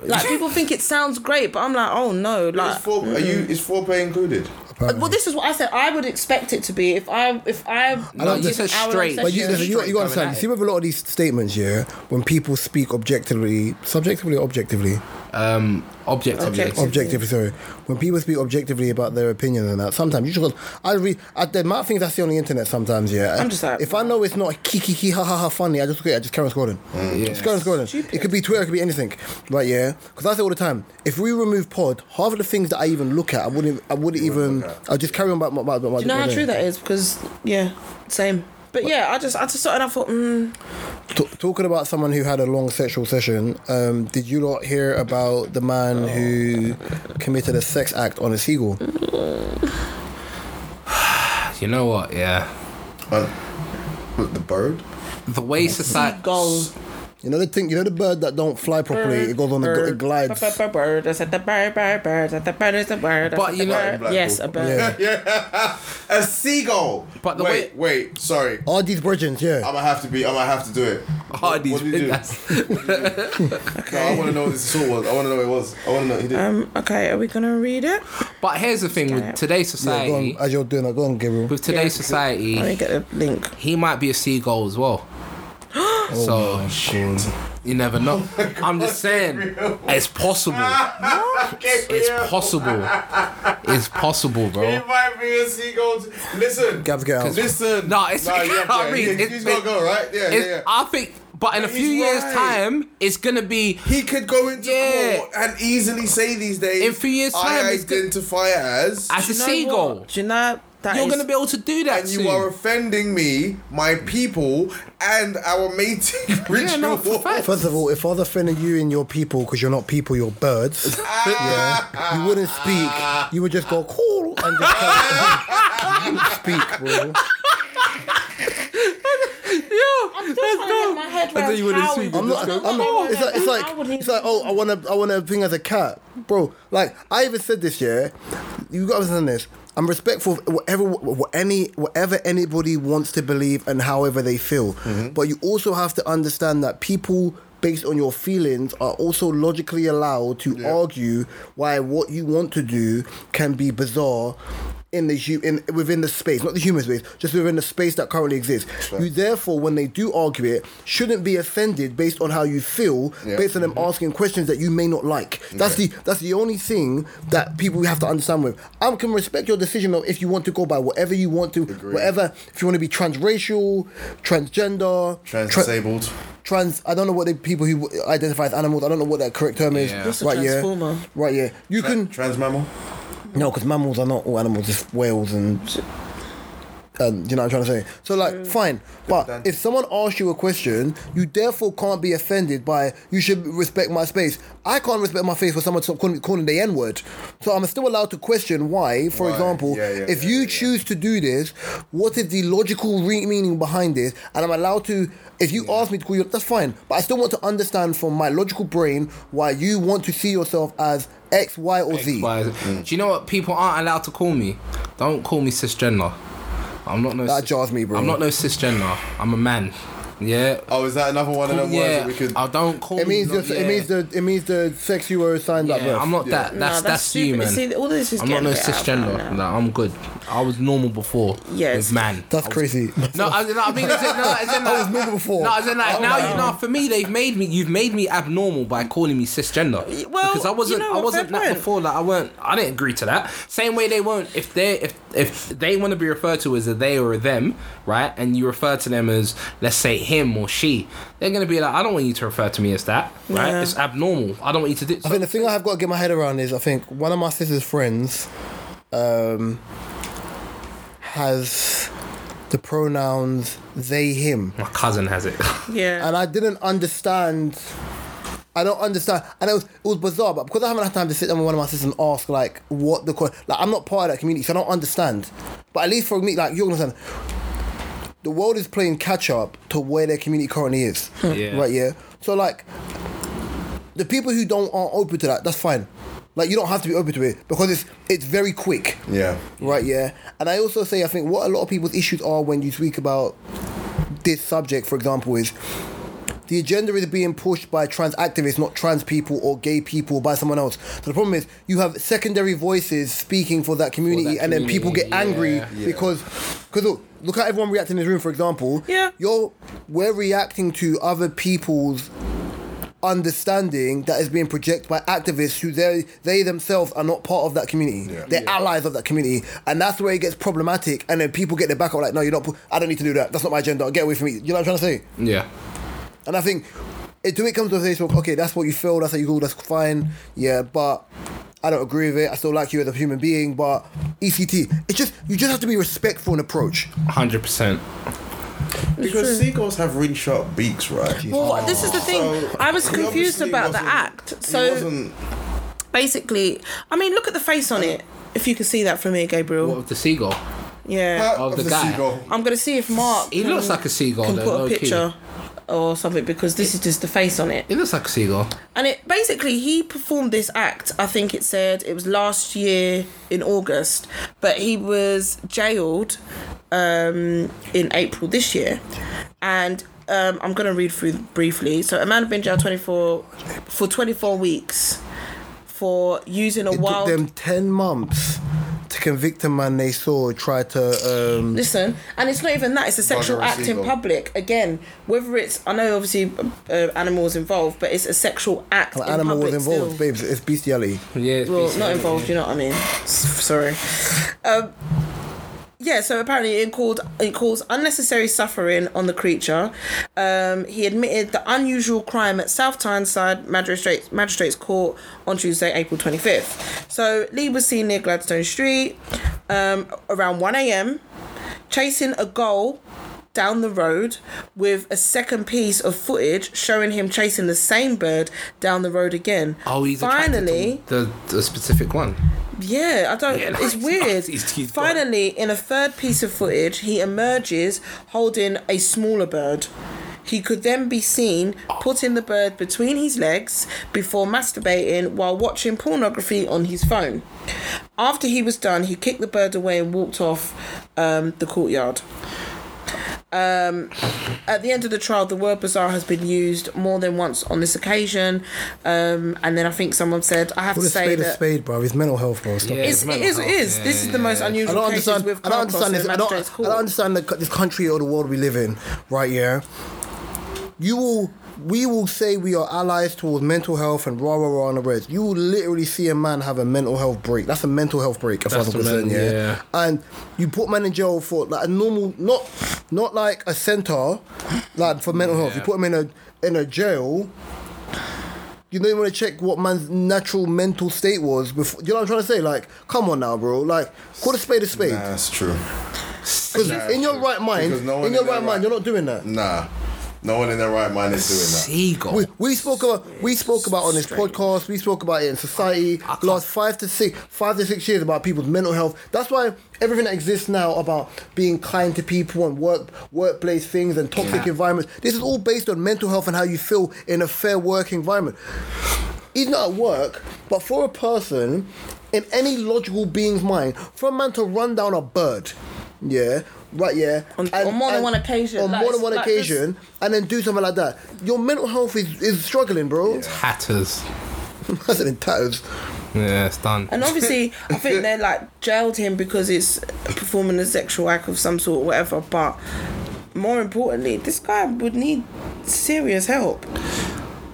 Like people think it sounds great, but I'm like, oh no, like
Is fore, are you, is foreplay included?
Uh, Well, this is what I said. I would expect it to be if I if I.
No,
like,
you
use
said
an hour-long
straight.
But
session.
you, listen, you, you gotta understand. You see, with a lot of these statements, yeah, when people speak objectively, subjectively, or objectively,
um, objectively.
Objective.
objectively. Sorry, when people speak objectively about their opinions and that, sometimes you just. got- I read. I, the amount of things I see on the internet sometimes, yeah.
I'm just like-
if I know it's not kiki ki ha ha ha funny, I just look at it. I just carry on scrolling. Just carry on scrolling. It could be Twitter. It could be anything. Right? Yeah. Because I say all the time, if we remove pod, half of the things that I even look at, I wouldn't. I wouldn't even. I'll just carry on about my. my, my
Do you know how true that is? Because yeah, same. But yeah, I just I just started. I thought, mm,
T- talking about someone who had a long sexual session, um, did you not hear about the man who committed a sex act on a seagull?
You know what? Yeah.
Man, with the bird?
The way society.
goal.
You know the thing. You know the bird that don't fly properly. it goes on. the gl- it glides.
Bird, bird, bird, I said the bird, bird, bird, I said the bird is the bird. I
But
said
you
the
know-
bird. yes, a bird.
Yeah.
yeah, *laughs* a seagull.
But the
wait,
way-
wait, sorry,
All these bridges, yeah.
I'm gonna have to be. I'm gonna have to do
*laughs*
it.
Oh, Hardy's.
What did you do?
that's-
No, I want to know what this tool was. I want to know what it was. I want to know. He did.
Um, okay, are we gonna read it?
But here's the thing with today's
yeah go
society.
on, as you're doing that, go on, Gabriel.
with today's
Let me
society,
get the link.
he might be a seagull
*gasps*
as well.
Oh
so
Shit.
you
*laughs*
never know. I'm just saying, it's possible. It's possible. It's possible, bro.
It might be a seagull. t- Listen.
Gabs, get out.
Listen.
No, it's-
Nah, you have to-
I mean,
he's-
it's-
He's gonna go right. Yeah, yeah.
It's-
yeah.
I think, but in a
He's
few years'
right.
time, it's gonna be.
He could go into
Yeah.
court and easily say these days.
In three years' time,
I
it's go-
identify as,
As
Do
a
you know
seagull,
what? Do you know that
you're
is-
gonna be able to do that.
and you
soon.
are offending me, my people, and our mating ritual.
*laughs* yeah, no, for fact.
First of all, if I was offending you and your people because you're not people, you're
*laughs*
birds, yeah, you wouldn't speak. You would just go cool and just *laughs* you wouldn't speak, bro.
I'm still trying to get my head
thought
around
you wouldn't
how
see
it-
the
I'm not. I'm
No,
not. It's like it's
how
like
would he-
it's like oh, I want to I want to thing as a cat, bro. Like I even said this, yeah. You got to understand this. I'm respectful of whatever what any whatever anybody wants to believe and however they feel, but you also have to understand that people. Based on your feelings, are also logically allowed to argue why what you want to do can be bizarre in the hu- in within the space, not the human space, just within the space that currently exists. You therefore, when they do argue it, shouldn't be offended based on how you feel,
Yeah.
based on them asking questions that you may not like. That's the that's the only thing that people have to understand with. I can respect your decision of if you want to go by whatever you want to, whatever if you want to be transracial, transgender,
Trans
tra-
disabled.
trans I don't know what the people who identify as animals, I don't know what their correct term is.
Yeah. Just
a
right,
transformer.
yeah. Right, yeah. You can
Trans mammal.
no, because mammals are not all animals, just whales and. Um, you know what I'm trying to say? So, like, fine. But
Dan.
if someone asks you a question, you therefore can't be offended by, you should respect my space. I can't respect my space for someone to calling, calling the N word. So, I'm still allowed to question why, for
Why?
example,
Yeah, yeah,
if
yeah,
you
yeah, yeah.
choose to do this, what is the logical re- meaning behind this? And I'm allowed to, if you ask me to call you, that's fine. But I still want to understand from my logical brain why you want to see yourself as X, Y, or Z.
Why is it- Do you know what people aren't allowed to call me? Don't call me cisgender. I'm not no.
That
cis-
jars me, bro.
I'm not no cisgender. I'm a man. Yeah.
Oh, is that another one of them words
yeah.
that we could?
I don't call.
It means
me,
the, it means the it means the sex you were assigned
Yeah,
at birth.
I'm not that.
No,
That's that's, you,
stupid.
man.
See, all this is
I'm not
getting
no
a bit out of
cisgender.
hand
No,
now.
I'm good. I was normal before.
Yes.
With man.
That's crazy.
No, I, no, I mean, as in, no, as in,
*laughs*
like,
I was normal before. Oh
No, as in, like, now you know. For me, they've made me. You've made me abnormal by calling me cisgender.
well,
because I
you
wasn't.
know
I
what,
wasn't
fair
that
point.
before. Like, I weren't. I didn't agree to that. Same way they won't. If they if if they want to be referred to as a they or a them, right? And you refer to them as let's say him or she, they're gonna be like, I don't want you to refer to me as that, right?
Yeah.
It's abnormal. I don't want you to
*laughs*
do.
I
So,
think the thing I have got to get my head around is I think one of my sister's friends um, has the pronouns they him,
*laughs* my cousin has it. *laughs*
Yeah.
and I didn't understand. I don't understand, and it was, it was bizarre. But because I haven't had time to sit down with one of my sisters and ask, like, what the co- like, I'm not part of that community, so I don't understand. But at least for me, like, you understand, the world is playing catch up to where their community currently is.
Yeah.
Right, yeah. So like the people who don't aren't open to that, that's fine. Like you don't have to be open to it because it's it's very quick.
yeah.
Right, yeah. And I also say I think what a lot of people's issues are when you speak about this subject, for example, is the agenda is being pushed by trans activists, not trans people or gay people, by someone else. So the problem is you have secondary voices speaking for that community, and then people get angry
community,
yeah.
because because look, look how everyone reacts in this room, for example.
Yeah.
You're we're reacting to other people's understanding that is being projected by activists who they they themselves are not part of that community.
Yeah.
They're allies of that community, and that's where it gets problematic. And then people get their back up like, "No, you're not. pu- I don't need to do that. That's not my agenda. Get away from me." You know what I'm trying to say?
yeah.
And I think until it comes to a place where okay, that's what you feel, that's how you go, that's fine, yeah, but I don't agree with it. I still like you as a human being, but ECT. It's just you just have to be respectful in approach.
Hundred percent.
Because seagulls have really sharp beaks, right?
Well, this is the thing.
Oh. So,
I was
he
confused
obviously
about the
wasn't-
act.
he
So
wasn't-
basically, I mean, look at the face on it. If you can see that for me,
What
Gabriel.
of the seagull?
Yeah.
part
of the guy.
seagull.
I'm gonna see if Mark
He
can-
looks like a seagull.
can
though,
put a
low-key.
picture or something because this is just the face on it.
It looks like a seagull.
And it basically he performed this act. I think it said it was last year in August, but he was jailed um, in April this year. And um, I'm gonna read through briefly. So a man had been jailed 24 for 24 weeks for using a
It
wild.
took them 10 months to convict a man they saw try to. Um,
Listen, and it's not even that; it's a sexual
Roger
act in
Siegel.
public. Again, whether it's I know obviously uh, animals involved, but it's a sexual act.
an
in
animal was
public
involved,
still.
babes. It's bestiality.
Yeah. it's
well,
beastly.
not involved. You know what I mean? S- Sorry. Um, yeah. So apparently, it called it caused unnecessary suffering on the creature. Um, he admitted the unusual crime at South Tyneside Magistrates Magistrates Court on Tuesday, April twenty fifth. So Lee was seen near Gladstone Street um, around one a.m. chasing a goal down the road with a second piece of footage showing him chasing the same bird down the road again.
Oh, he's attracted
finally
to the the specific one.
yeah, I don't.
Yeah, no,
it's
he's
weird.
not. He's- he's gone.
Finally, in a third piece of footage, he emerges holding a smaller bird. He could then be seen putting the bird between his legs before masturbating while watching pornography on his phone. After he was done, he kicked the bird away and walked off um, the courtyard. Um, At the end of the trial, the word bizarre has been used more than once on this occasion. Um, and then I think someone said, I have
What
to
a
say
spade a
that.
spade, bro. His mental health, bro. Stop
Yeah.
it.
It's, it
mental
is. It
health.
is.
Yeah,
this is
yeah,
the most
yeah.
unusual
I don't
cases
understand.
with
I don't
Carl Cross
understand
in
this.
the
I don't,
magistrate's
I
court.
don't understand the, this country or the world we live in, right? Yeah, you will. We will say we are allies towards mental health and rah rah rah on the rest. You will literally see a man have a mental health break. That's a mental health break, as far as I'm
That's the man,
concerned. Yeah?
yeah.
and you put man in jail for like a normal, not not like a center, like for mental health. You
Yeah.
put him in a in a jail. You don't even want to check what man's natural mental state was before. Do you know what I'm trying to say? Like, come on now, bro. Like, call a spade a spade.
Nah, that's true.
Because
Nah,
in your
true.
right mind,
Because no one
in your
in their
right mind,
right-
you're not doing that.
Nah, no one in their right mind is doing that.
Seagull.
We, we spoke about we spoke about on this podcast. We spoke about it in society last five to six five to six years about people's mental health. That's why everything that exists now about being kind to people and work workplace things and toxic
Yeah.
environments. This is all based on mental health and how you feel in a fair work environment. He's not at work, but for a person in any logical being's mind, for a man to run down a bird, yeah, right, yeah,
On- on more than one occasion,
on
like,
more than one
like this-
occasion, and then do something like that. Your mental health is, is struggling, bro.
Hatters.
*laughs* That's in tatters.
Yeah, it's done.
And obviously, I think
*laughs*
they like jailed him because it's performing a sexual act of some sort, or whatever. But more importantly, this guy would need serious help.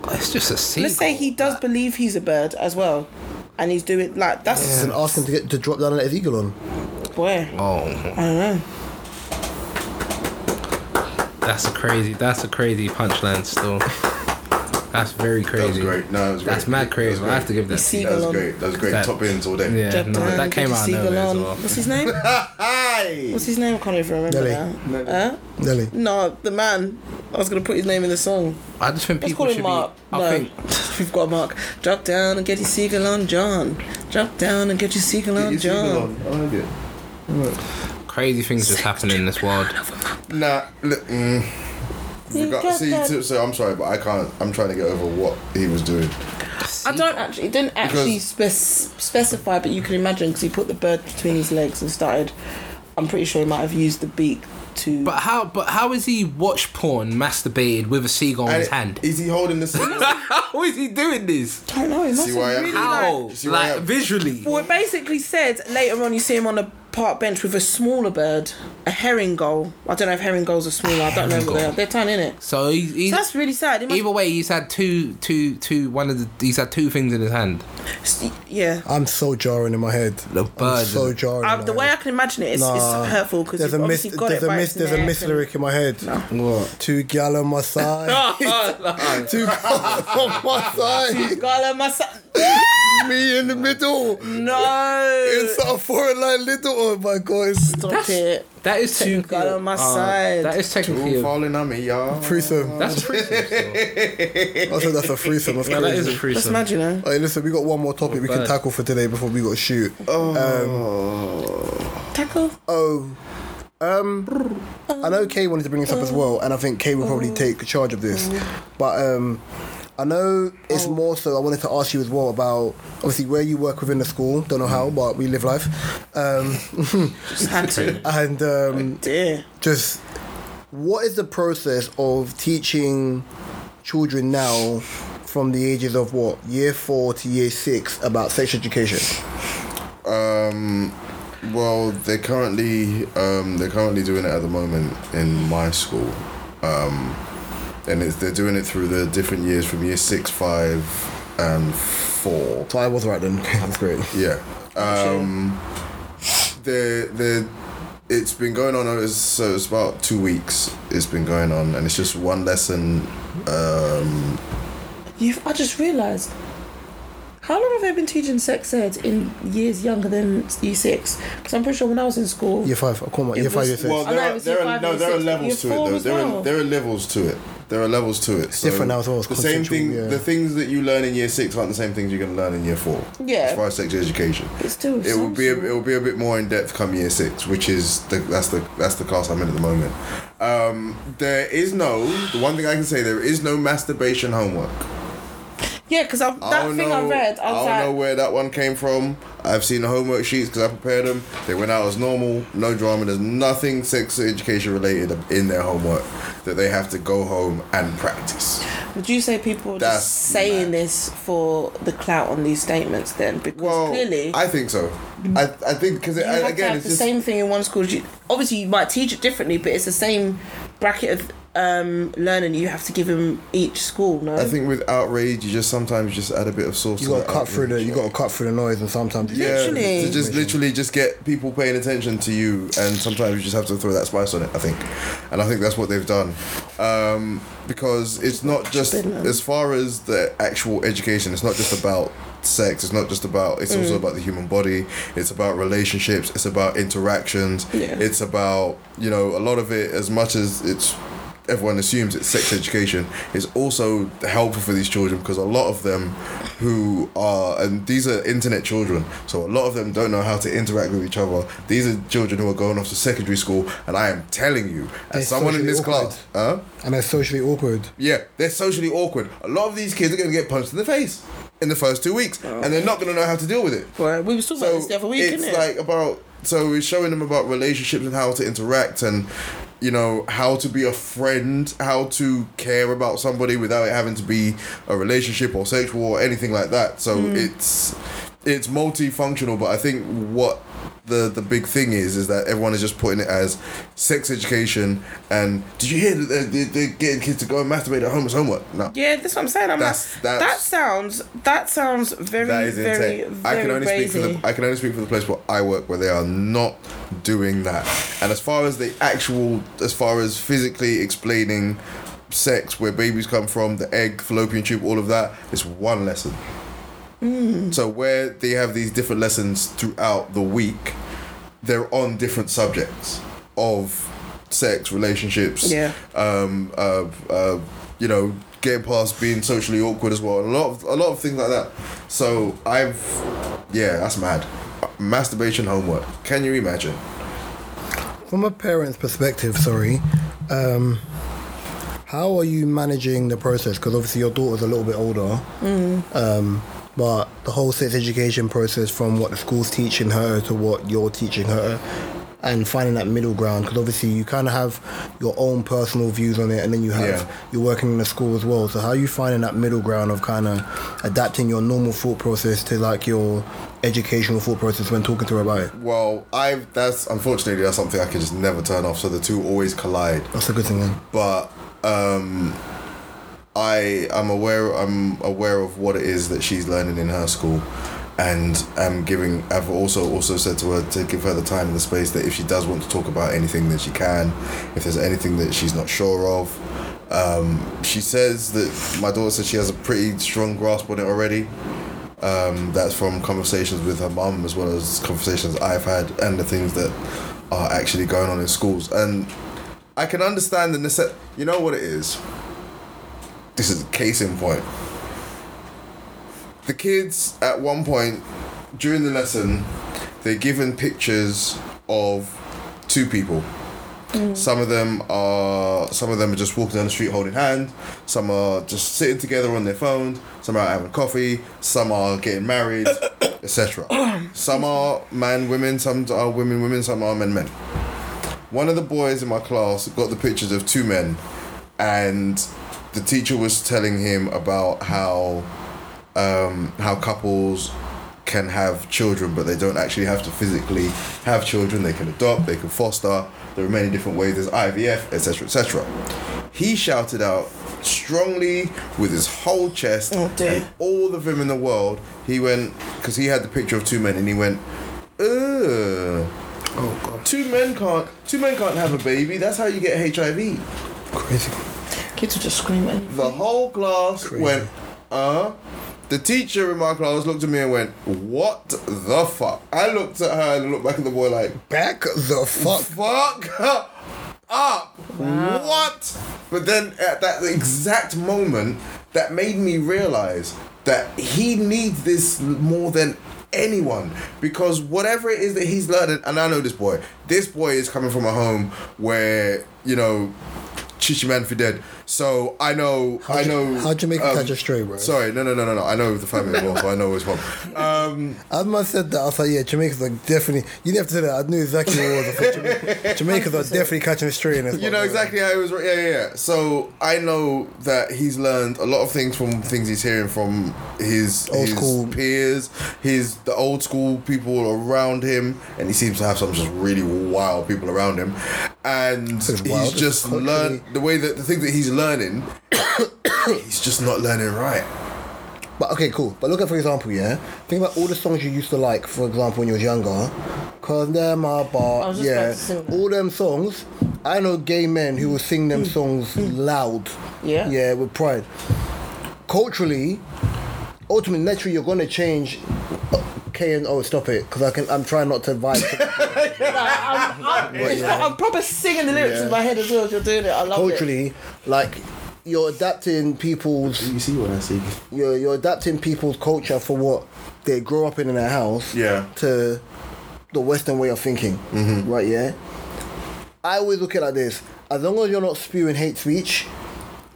It's just a seagull.
Let's say he does believe he's a bird as well, and he's doing like that's
And ask him to get to drop down and let his eagle on.
boy.
Oh,
I don't know.
that's a crazy. That's a crazy punchline. Still, that's very
That
crazy.
was great. No, that was great.
That's mad crazy. I have to give that.
see-
to
That was
Seagull
great. That was great.
That-
Top ends all day.
you. Yeah,
Jump
no,
down,
that came
get
out of
your
nowhere
seagull
as
on.
well.
What's his name?
Hi.
What's his name? I can't even remember
Nelly.
now. Huh?
Nelly.
No, the man. I was gonna put his name in the song.
I just think
Let's
people
call
should
him
be.
Mark.
I
no,
think
*laughs* we've got Mark. Drop down and get your seagull on, John. Drop down and get your seagull on,
It's even
John.
on. I like it.
crazy things just happen in this world.
Nah, look, mm,
You
Got-
got
see,
that.
t- so I'm sorry, but I can't. I'm trying to get over what he was doing.
I don't actually. It didn't actually spec- specify, but you can imagine because he put the bird between his legs and started. I'm pretty sure he might have used the beak to.
But how? But how is he watch porn masturbated with a seagull in
And
his hand?
Is he
*laughs*
holding the seagull?
*laughs* how is he doing this?
I don't know. He must
See
have
why I-
really like-
How?
You see what I
Like
have?
visually.
Well, it basically said later on you see him on a park bench with a smaller bird, a herring gull. I don't know if herring gulls are smaller. I don't know what they are.
Herring
They're tiny, innit?
So he's, he's
So that's really sad. It must,
either way. He's had two, two, two. One of the. He's had two things in his *laughs* hand.
yeah.
I'm so jarring in my head.
The
I'm
bird.
so jarring.
Uh,
in
the
my
way I
head.
can imagine it, it's,
Nah.
it's hurtful because
there's
you've
a miss,
obviously got
there's
it
a
right
miss,
to the
there's a
neck
miss
and-
lyric in my head.
What?
Two gal on my side, two *laughs* gal on my side,
Gala masa-
me in the middle.
No.
It's a foreign line little. Oh my god, it's
Stop it.
That is
Two
too
gal on my side.
That is technically.
Ooh,
A,
falling on me, y'all.
threesome.
that's a *laughs* threesome. still.
I said that's a threesome. That's
yeah, that is
crazy.
a
That's
threesome.
mad, you know.
Hey, listen, we got one more topic we can
bad.
tackle for today before we got to shoot.
Oh.
Tackle.
Oh, I know Kay wanted to bring this up as well, and I think Kay will probably take charge of this. But um, I know it's more so. I wanted to ask you as well about obviously where you work within the school. Don't know how, but we live life, um,
Just had
*laughs*
to.
and um,
Dear.
just what is the process of teaching children now from the ages of what year four to year six about sex education?
Um, well, they're currently um, they're currently doing it at the moment in my school, um, and it's, they're doing it through the different years from year six, five, and four.
So I was right then. That's great.
Yeah. Um, they're, they're, it's been going on, over- so it's about two weeks it's been going on, and it's just one lesson. Um,
You've, I just realised. How long have they been teaching sex ed in years younger than year six? Because I'm pretty sure when I was in school,
Year five. I call my year
It
five.
was-
Year six.
Oh,
well,
no,
there are,
it's
there
year
are,
five
no,
and
there are
six, but
levels to
year
it,
four
though.
as
There are,
well.
there are levels to it. There are levels to it. So
different now as well, it's
The same thing,
consensual, yeah.
the things that you learn in year six aren't the same things you're going to learn in year four.
Yeah.
As far as sexual education.
it's still.
It will be a,
something.
it will be a bit more in depth come year six, which is the that's the that's the class I'm in at the moment. Um, there is no the one thing I can say there is no masturbation homework.
Yeah, because that
I don't
thing I
know-
read, I
I
was
don't know
like,
where that one came from. I've seen the homework sheets because I prepared them. They went out as normal, no drama. There's nothing sex education related in their homework that they have to go home and practice.
would you say people are
That's
just saying
mad.
this for the clout on these statements then? Because
Well,
clearly,
I think so. I, I think because
you have to
again,
have
it's
the
just
same thing in one school. You- Obviously, you might teach it differently, but it's the same bracket of um, learning you have to give them each school. No,
I think with outrage, you just sometimes just add a bit of sauce.
You
to
got to
the
cut through the
outrage.
you got to cut through the noise, and sometimes you-
Yeah,
Literally.
to just literally just get people paying attention to you, and sometimes you just have to throw that spice on it. I think, and I think that's what they've done, um, because it's not just as far as the actual education. It's not just about sex. It's not just about. It's also about the human body. It's about relationships. It's about interactions.
Yeah.
It's about you know a lot of it as much as it's. Everyone assumes it's sex education is also helpful for these children because a lot of them who are and these are internet children so a lot of them don't know how to interact with each other these are children who are going off to secondary school and i am telling you
They're
as someone in
socially
this
awkward.
class huh
and they're socially awkward.
yeah they're socially awkward a lot of these kids are going to get punched in the face in the first two weeks and they're not going to know how to deal with it
Well, we were talking about this the other week,
it's
innit?
like about so we're showing them about relationships and how to interact and you know how to be a friend, how to care about somebody without it having to be a relationship or sexual or anything like that. So
Mm.
it's it's multifunctional, but I think what the the big thing is is that everyone is just putting it as sex education and did you hear that they're, they're- they're getting kids to go and masturbate at home as homework? No.
Yeah, that's what I'm saying. I'm
That's-
like,
that's-
that sounds that sounds very
That is
very
insane.
very
I can only
crazy.
*laughs* speak for the I can only speak for the place where I work where they are not doing that. And as far as the actual as far as physically explaining sex, where babies come from, the egg, fallopian tube, all of that, it's one lesson.
Hmm.
So where they have these different lessons throughout the week, they're on different subjects of sex, relationships,
Yeah.
um, uh, uh, you know, getting past being socially awkward as well, and a lot of a lot of things like that. So I've, yeah, that's mad. Masturbation homework. Can you imagine?
From a parent's perspective, sorry, um, how are you managing the process? Because obviously your daughter's a little bit older, um, but the whole sex education process from what the school's teaching her to what you're teaching her. And finding that middle ground because obviously you kind of have your own personal views on it, and then you have
Yeah.
you're working in a school as well. So how are you finding that middle ground of kind of adapting your normal thought process to like your educational thought process when talking to her about it?
Well, I've that's unfortunately that's something I can just never turn off. So the two always collide.
That's a good thing. Then.
but um, I I'm aware I'm aware of what it is that she's learning in her school, and I'm giving. I've also also said to her to give her the time and the space that if she does want to talk about anything, that she can. If there's anything that she's not sure of, um, she says that my daughter said she has a pretty strong grasp on it already. Um, that's from conversations with her mum as well as conversations I've had and the things that are actually going on in schools. And I can understand the necessity. You know what it is? This is case in point. The kids, at one point during the lesson, they're given pictures of two people Some of them are some of them are just walking down the street holding hand. Some are just sitting together on their phone. Some are out having coffee. Some are getting married, etc. Some are man women. Some are women women. Some are men men. One of the boys in my class got the pictures of two men, and the teacher was telling him about how um, how couples can have children, but they don't actually have to physically have children. They can adopt, they can foster. There are many different ways. There's IVF, etc., etc. He shouted out strongly with his whole chest,
Oh, dear.
and all of them in the world. He went because he had the picture of two men, and he went, "Uh, "Ugh,
Oh god.
two men can't, two men can't have a baby. That's how you get HIV."
Crazy.
Kids are just screaming.
The whole class went, uh. The teacher in my class looked at me and went, What the fuck? I looked at her and looked back at the boy like,
Back the fuck.
Fuck up! What? But then at that exact moment, that made me realize that he needs this more than anyone because whatever it is that he's learning, and I know this boy, this boy is coming from a home where, you know, Chichi Man for dead. So I know, I
Ja-
know. um,
how Jamaica catch a stray, bro?
Sorry, no, no, no, no, no. I know the family well, but I know his
*laughs*
mom. Um,
Adma said that. I was like, yeah, Jamaica's like definitely. You didn't have to say that. I knew exactly what it was. I said,
*laughs*
Jamaica, Jamaica's are definitely catching a stray in this.
You know exactly how it was. Yeah, yeah, yeah. So I know that he's learned a lot of things from things he's hearing from his
Old
his
school.
peers, his the old school people around him, and he seems to have some just really wild people around him, and
Says wild,
he's
it's
just
culturally-
learned the way that the thing that he's learning, *coughs* he's just not learning right.
But okay, cool. But look at, for example, yeah. Think about all the songs you used to like, for example, when you was younger. Cause they're my
I
bar,
was just about
yeah.
to sing that. Hmm.
All them songs. I know gay men who will sing them songs loud.
Yeah.
Yeah, with pride. Culturally, ultimately, naturally, you're gonna change. Oh, K and O, stop it, because I can. I'm trying not to vibe.
Like, I'm, I'm, it's like I'm proper singing the lyrics in my head as well as you're doing it. I love it.
Culturally, like you're adapting people's.
You see what I see?
You're you're adapting people's culture for what they grow up in in their house.
Yeah. Mm-hmm.
to the Western way of thinking, right? Yeah. I always look at it like this: as long as you're not spewing hate speech,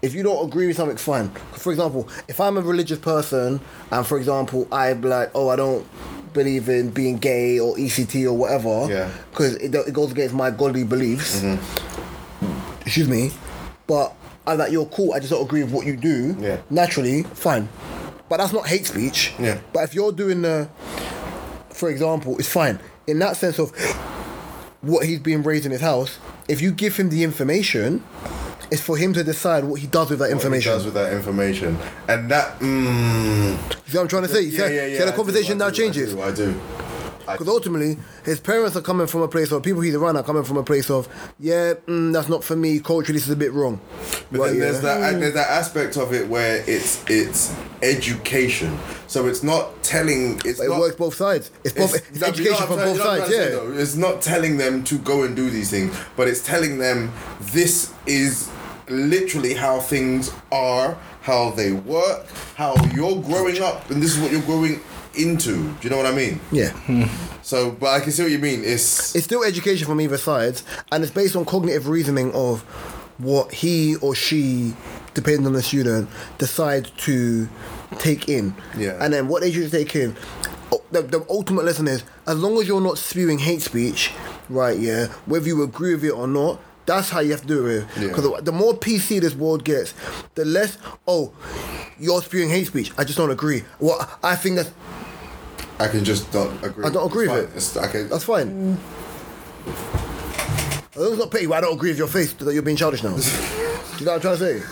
if you don't agree with something, fine. For example, if I'm a religious person, and for example, I be like, oh, I don't believe in being gay or ECT or whatever,
Yeah.
because it, do- it goes against my godly beliefs.
Mm-hmm.
Excuse me, but I'm like, you're cool. I just don't agree with what you do.
Yeah.
Naturally, fine. But that's not hate speech.
Yeah.
But if you're doing the for example, it's fine in that sense of what he's been raised in his house. If you give him the information, it's for him to decide what he does with that information.
What he does with that information, and that. Mm,
You see what I'm trying to say? You see- see how
I
the
do,
conversation
I
now
do,
changes.
I do. I do.
Because ultimately, his parents are coming from a place of people he's around are coming from a place of, yeah, mm, that's not for me. Culturally, this is a bit wrong.
But
Right,
then there's
yeah.
that uh, there's that aspect of it where it's it's education. So it's not telling. It's
But it
not,
works both sides. It's, both, it's,
no, but you know
education
what
from
I'm saying- you
both
know what
sides.
I'm trying to
Yeah.
say, though? It's not telling them to go and do these things, but it's telling them this is literally how things are, how they work, how you're growing up, and this is what you're growing into. Do you know what I mean?
Yeah.
So, but I can see what you mean. It's
it's still education from either side, and it's based on cognitive reasoning of what he or she, depending on the student, decide to take in.
Yeah.
And then what they choose to take in, u- the, the ultimate lesson is as long as you're not spewing hate speech, right? Yeah, whether you agree with it or not. That's how you have to do it.
Yeah.
Because the more PC this world gets, the less, oh, you're spewing hate speech. I just don't agree. Well, I think that's,
I can just don't agree.
I don't agree
It's
with
fine.
it.
It's, I can,
That's fine. As long as it's not petty, well, I don't agree with your face that you're being childish *laughs* now. Do you know what I'm trying to say?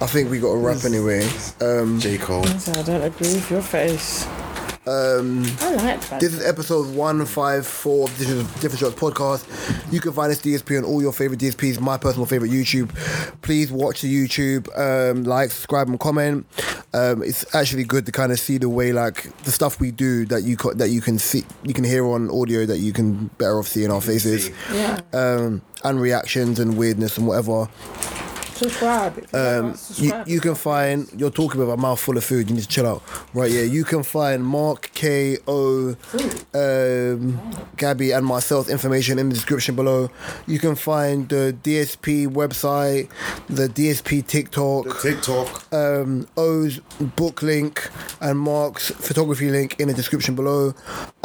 I think we got a wrap anyway. Um,
J Cole.
So I don't agree with your face. Um, I like that.
this is episode 154 of This is Different Shots podcast. You can find this DSP on all your favorite DSPs, my personal favorite YouTube. Please watch the YouTube, um, like, subscribe, and comment. Um, it's actually good to kind of see the way, like, the stuff we do that you co- that you can see, you can hear on audio that you can better off see in our faces.
yeah.
um, and reactions and weirdness and whatever.
Subscribe. if you don't like,
you,
subscribe.
you can find you're talking about a mouth full of food. You need to chill out, right? Yeah, you can find Mark K O, um, Gabby and myself information in the description below. You can find the DSP website, the DSP TikTok,
TikTok.
um, O's book link and Mark's photography link in the description below.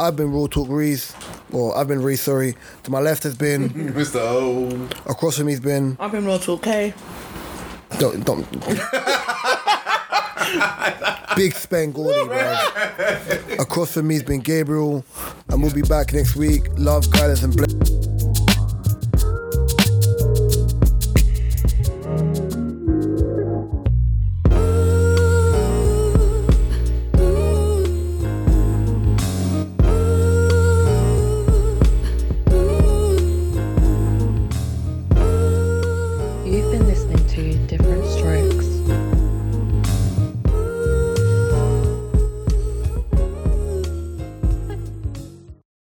I've been Raw Talk Reese, or I've been Reese. Sorry. To my left has
*laughs* *laughs*
been
Mr. O.
across from me's been
I've been Raw Talk K.
don't don't. Big Span Gordy, bruv. Across from me's been Gabriel, and we'll be back next week. Love, guidance, and bless.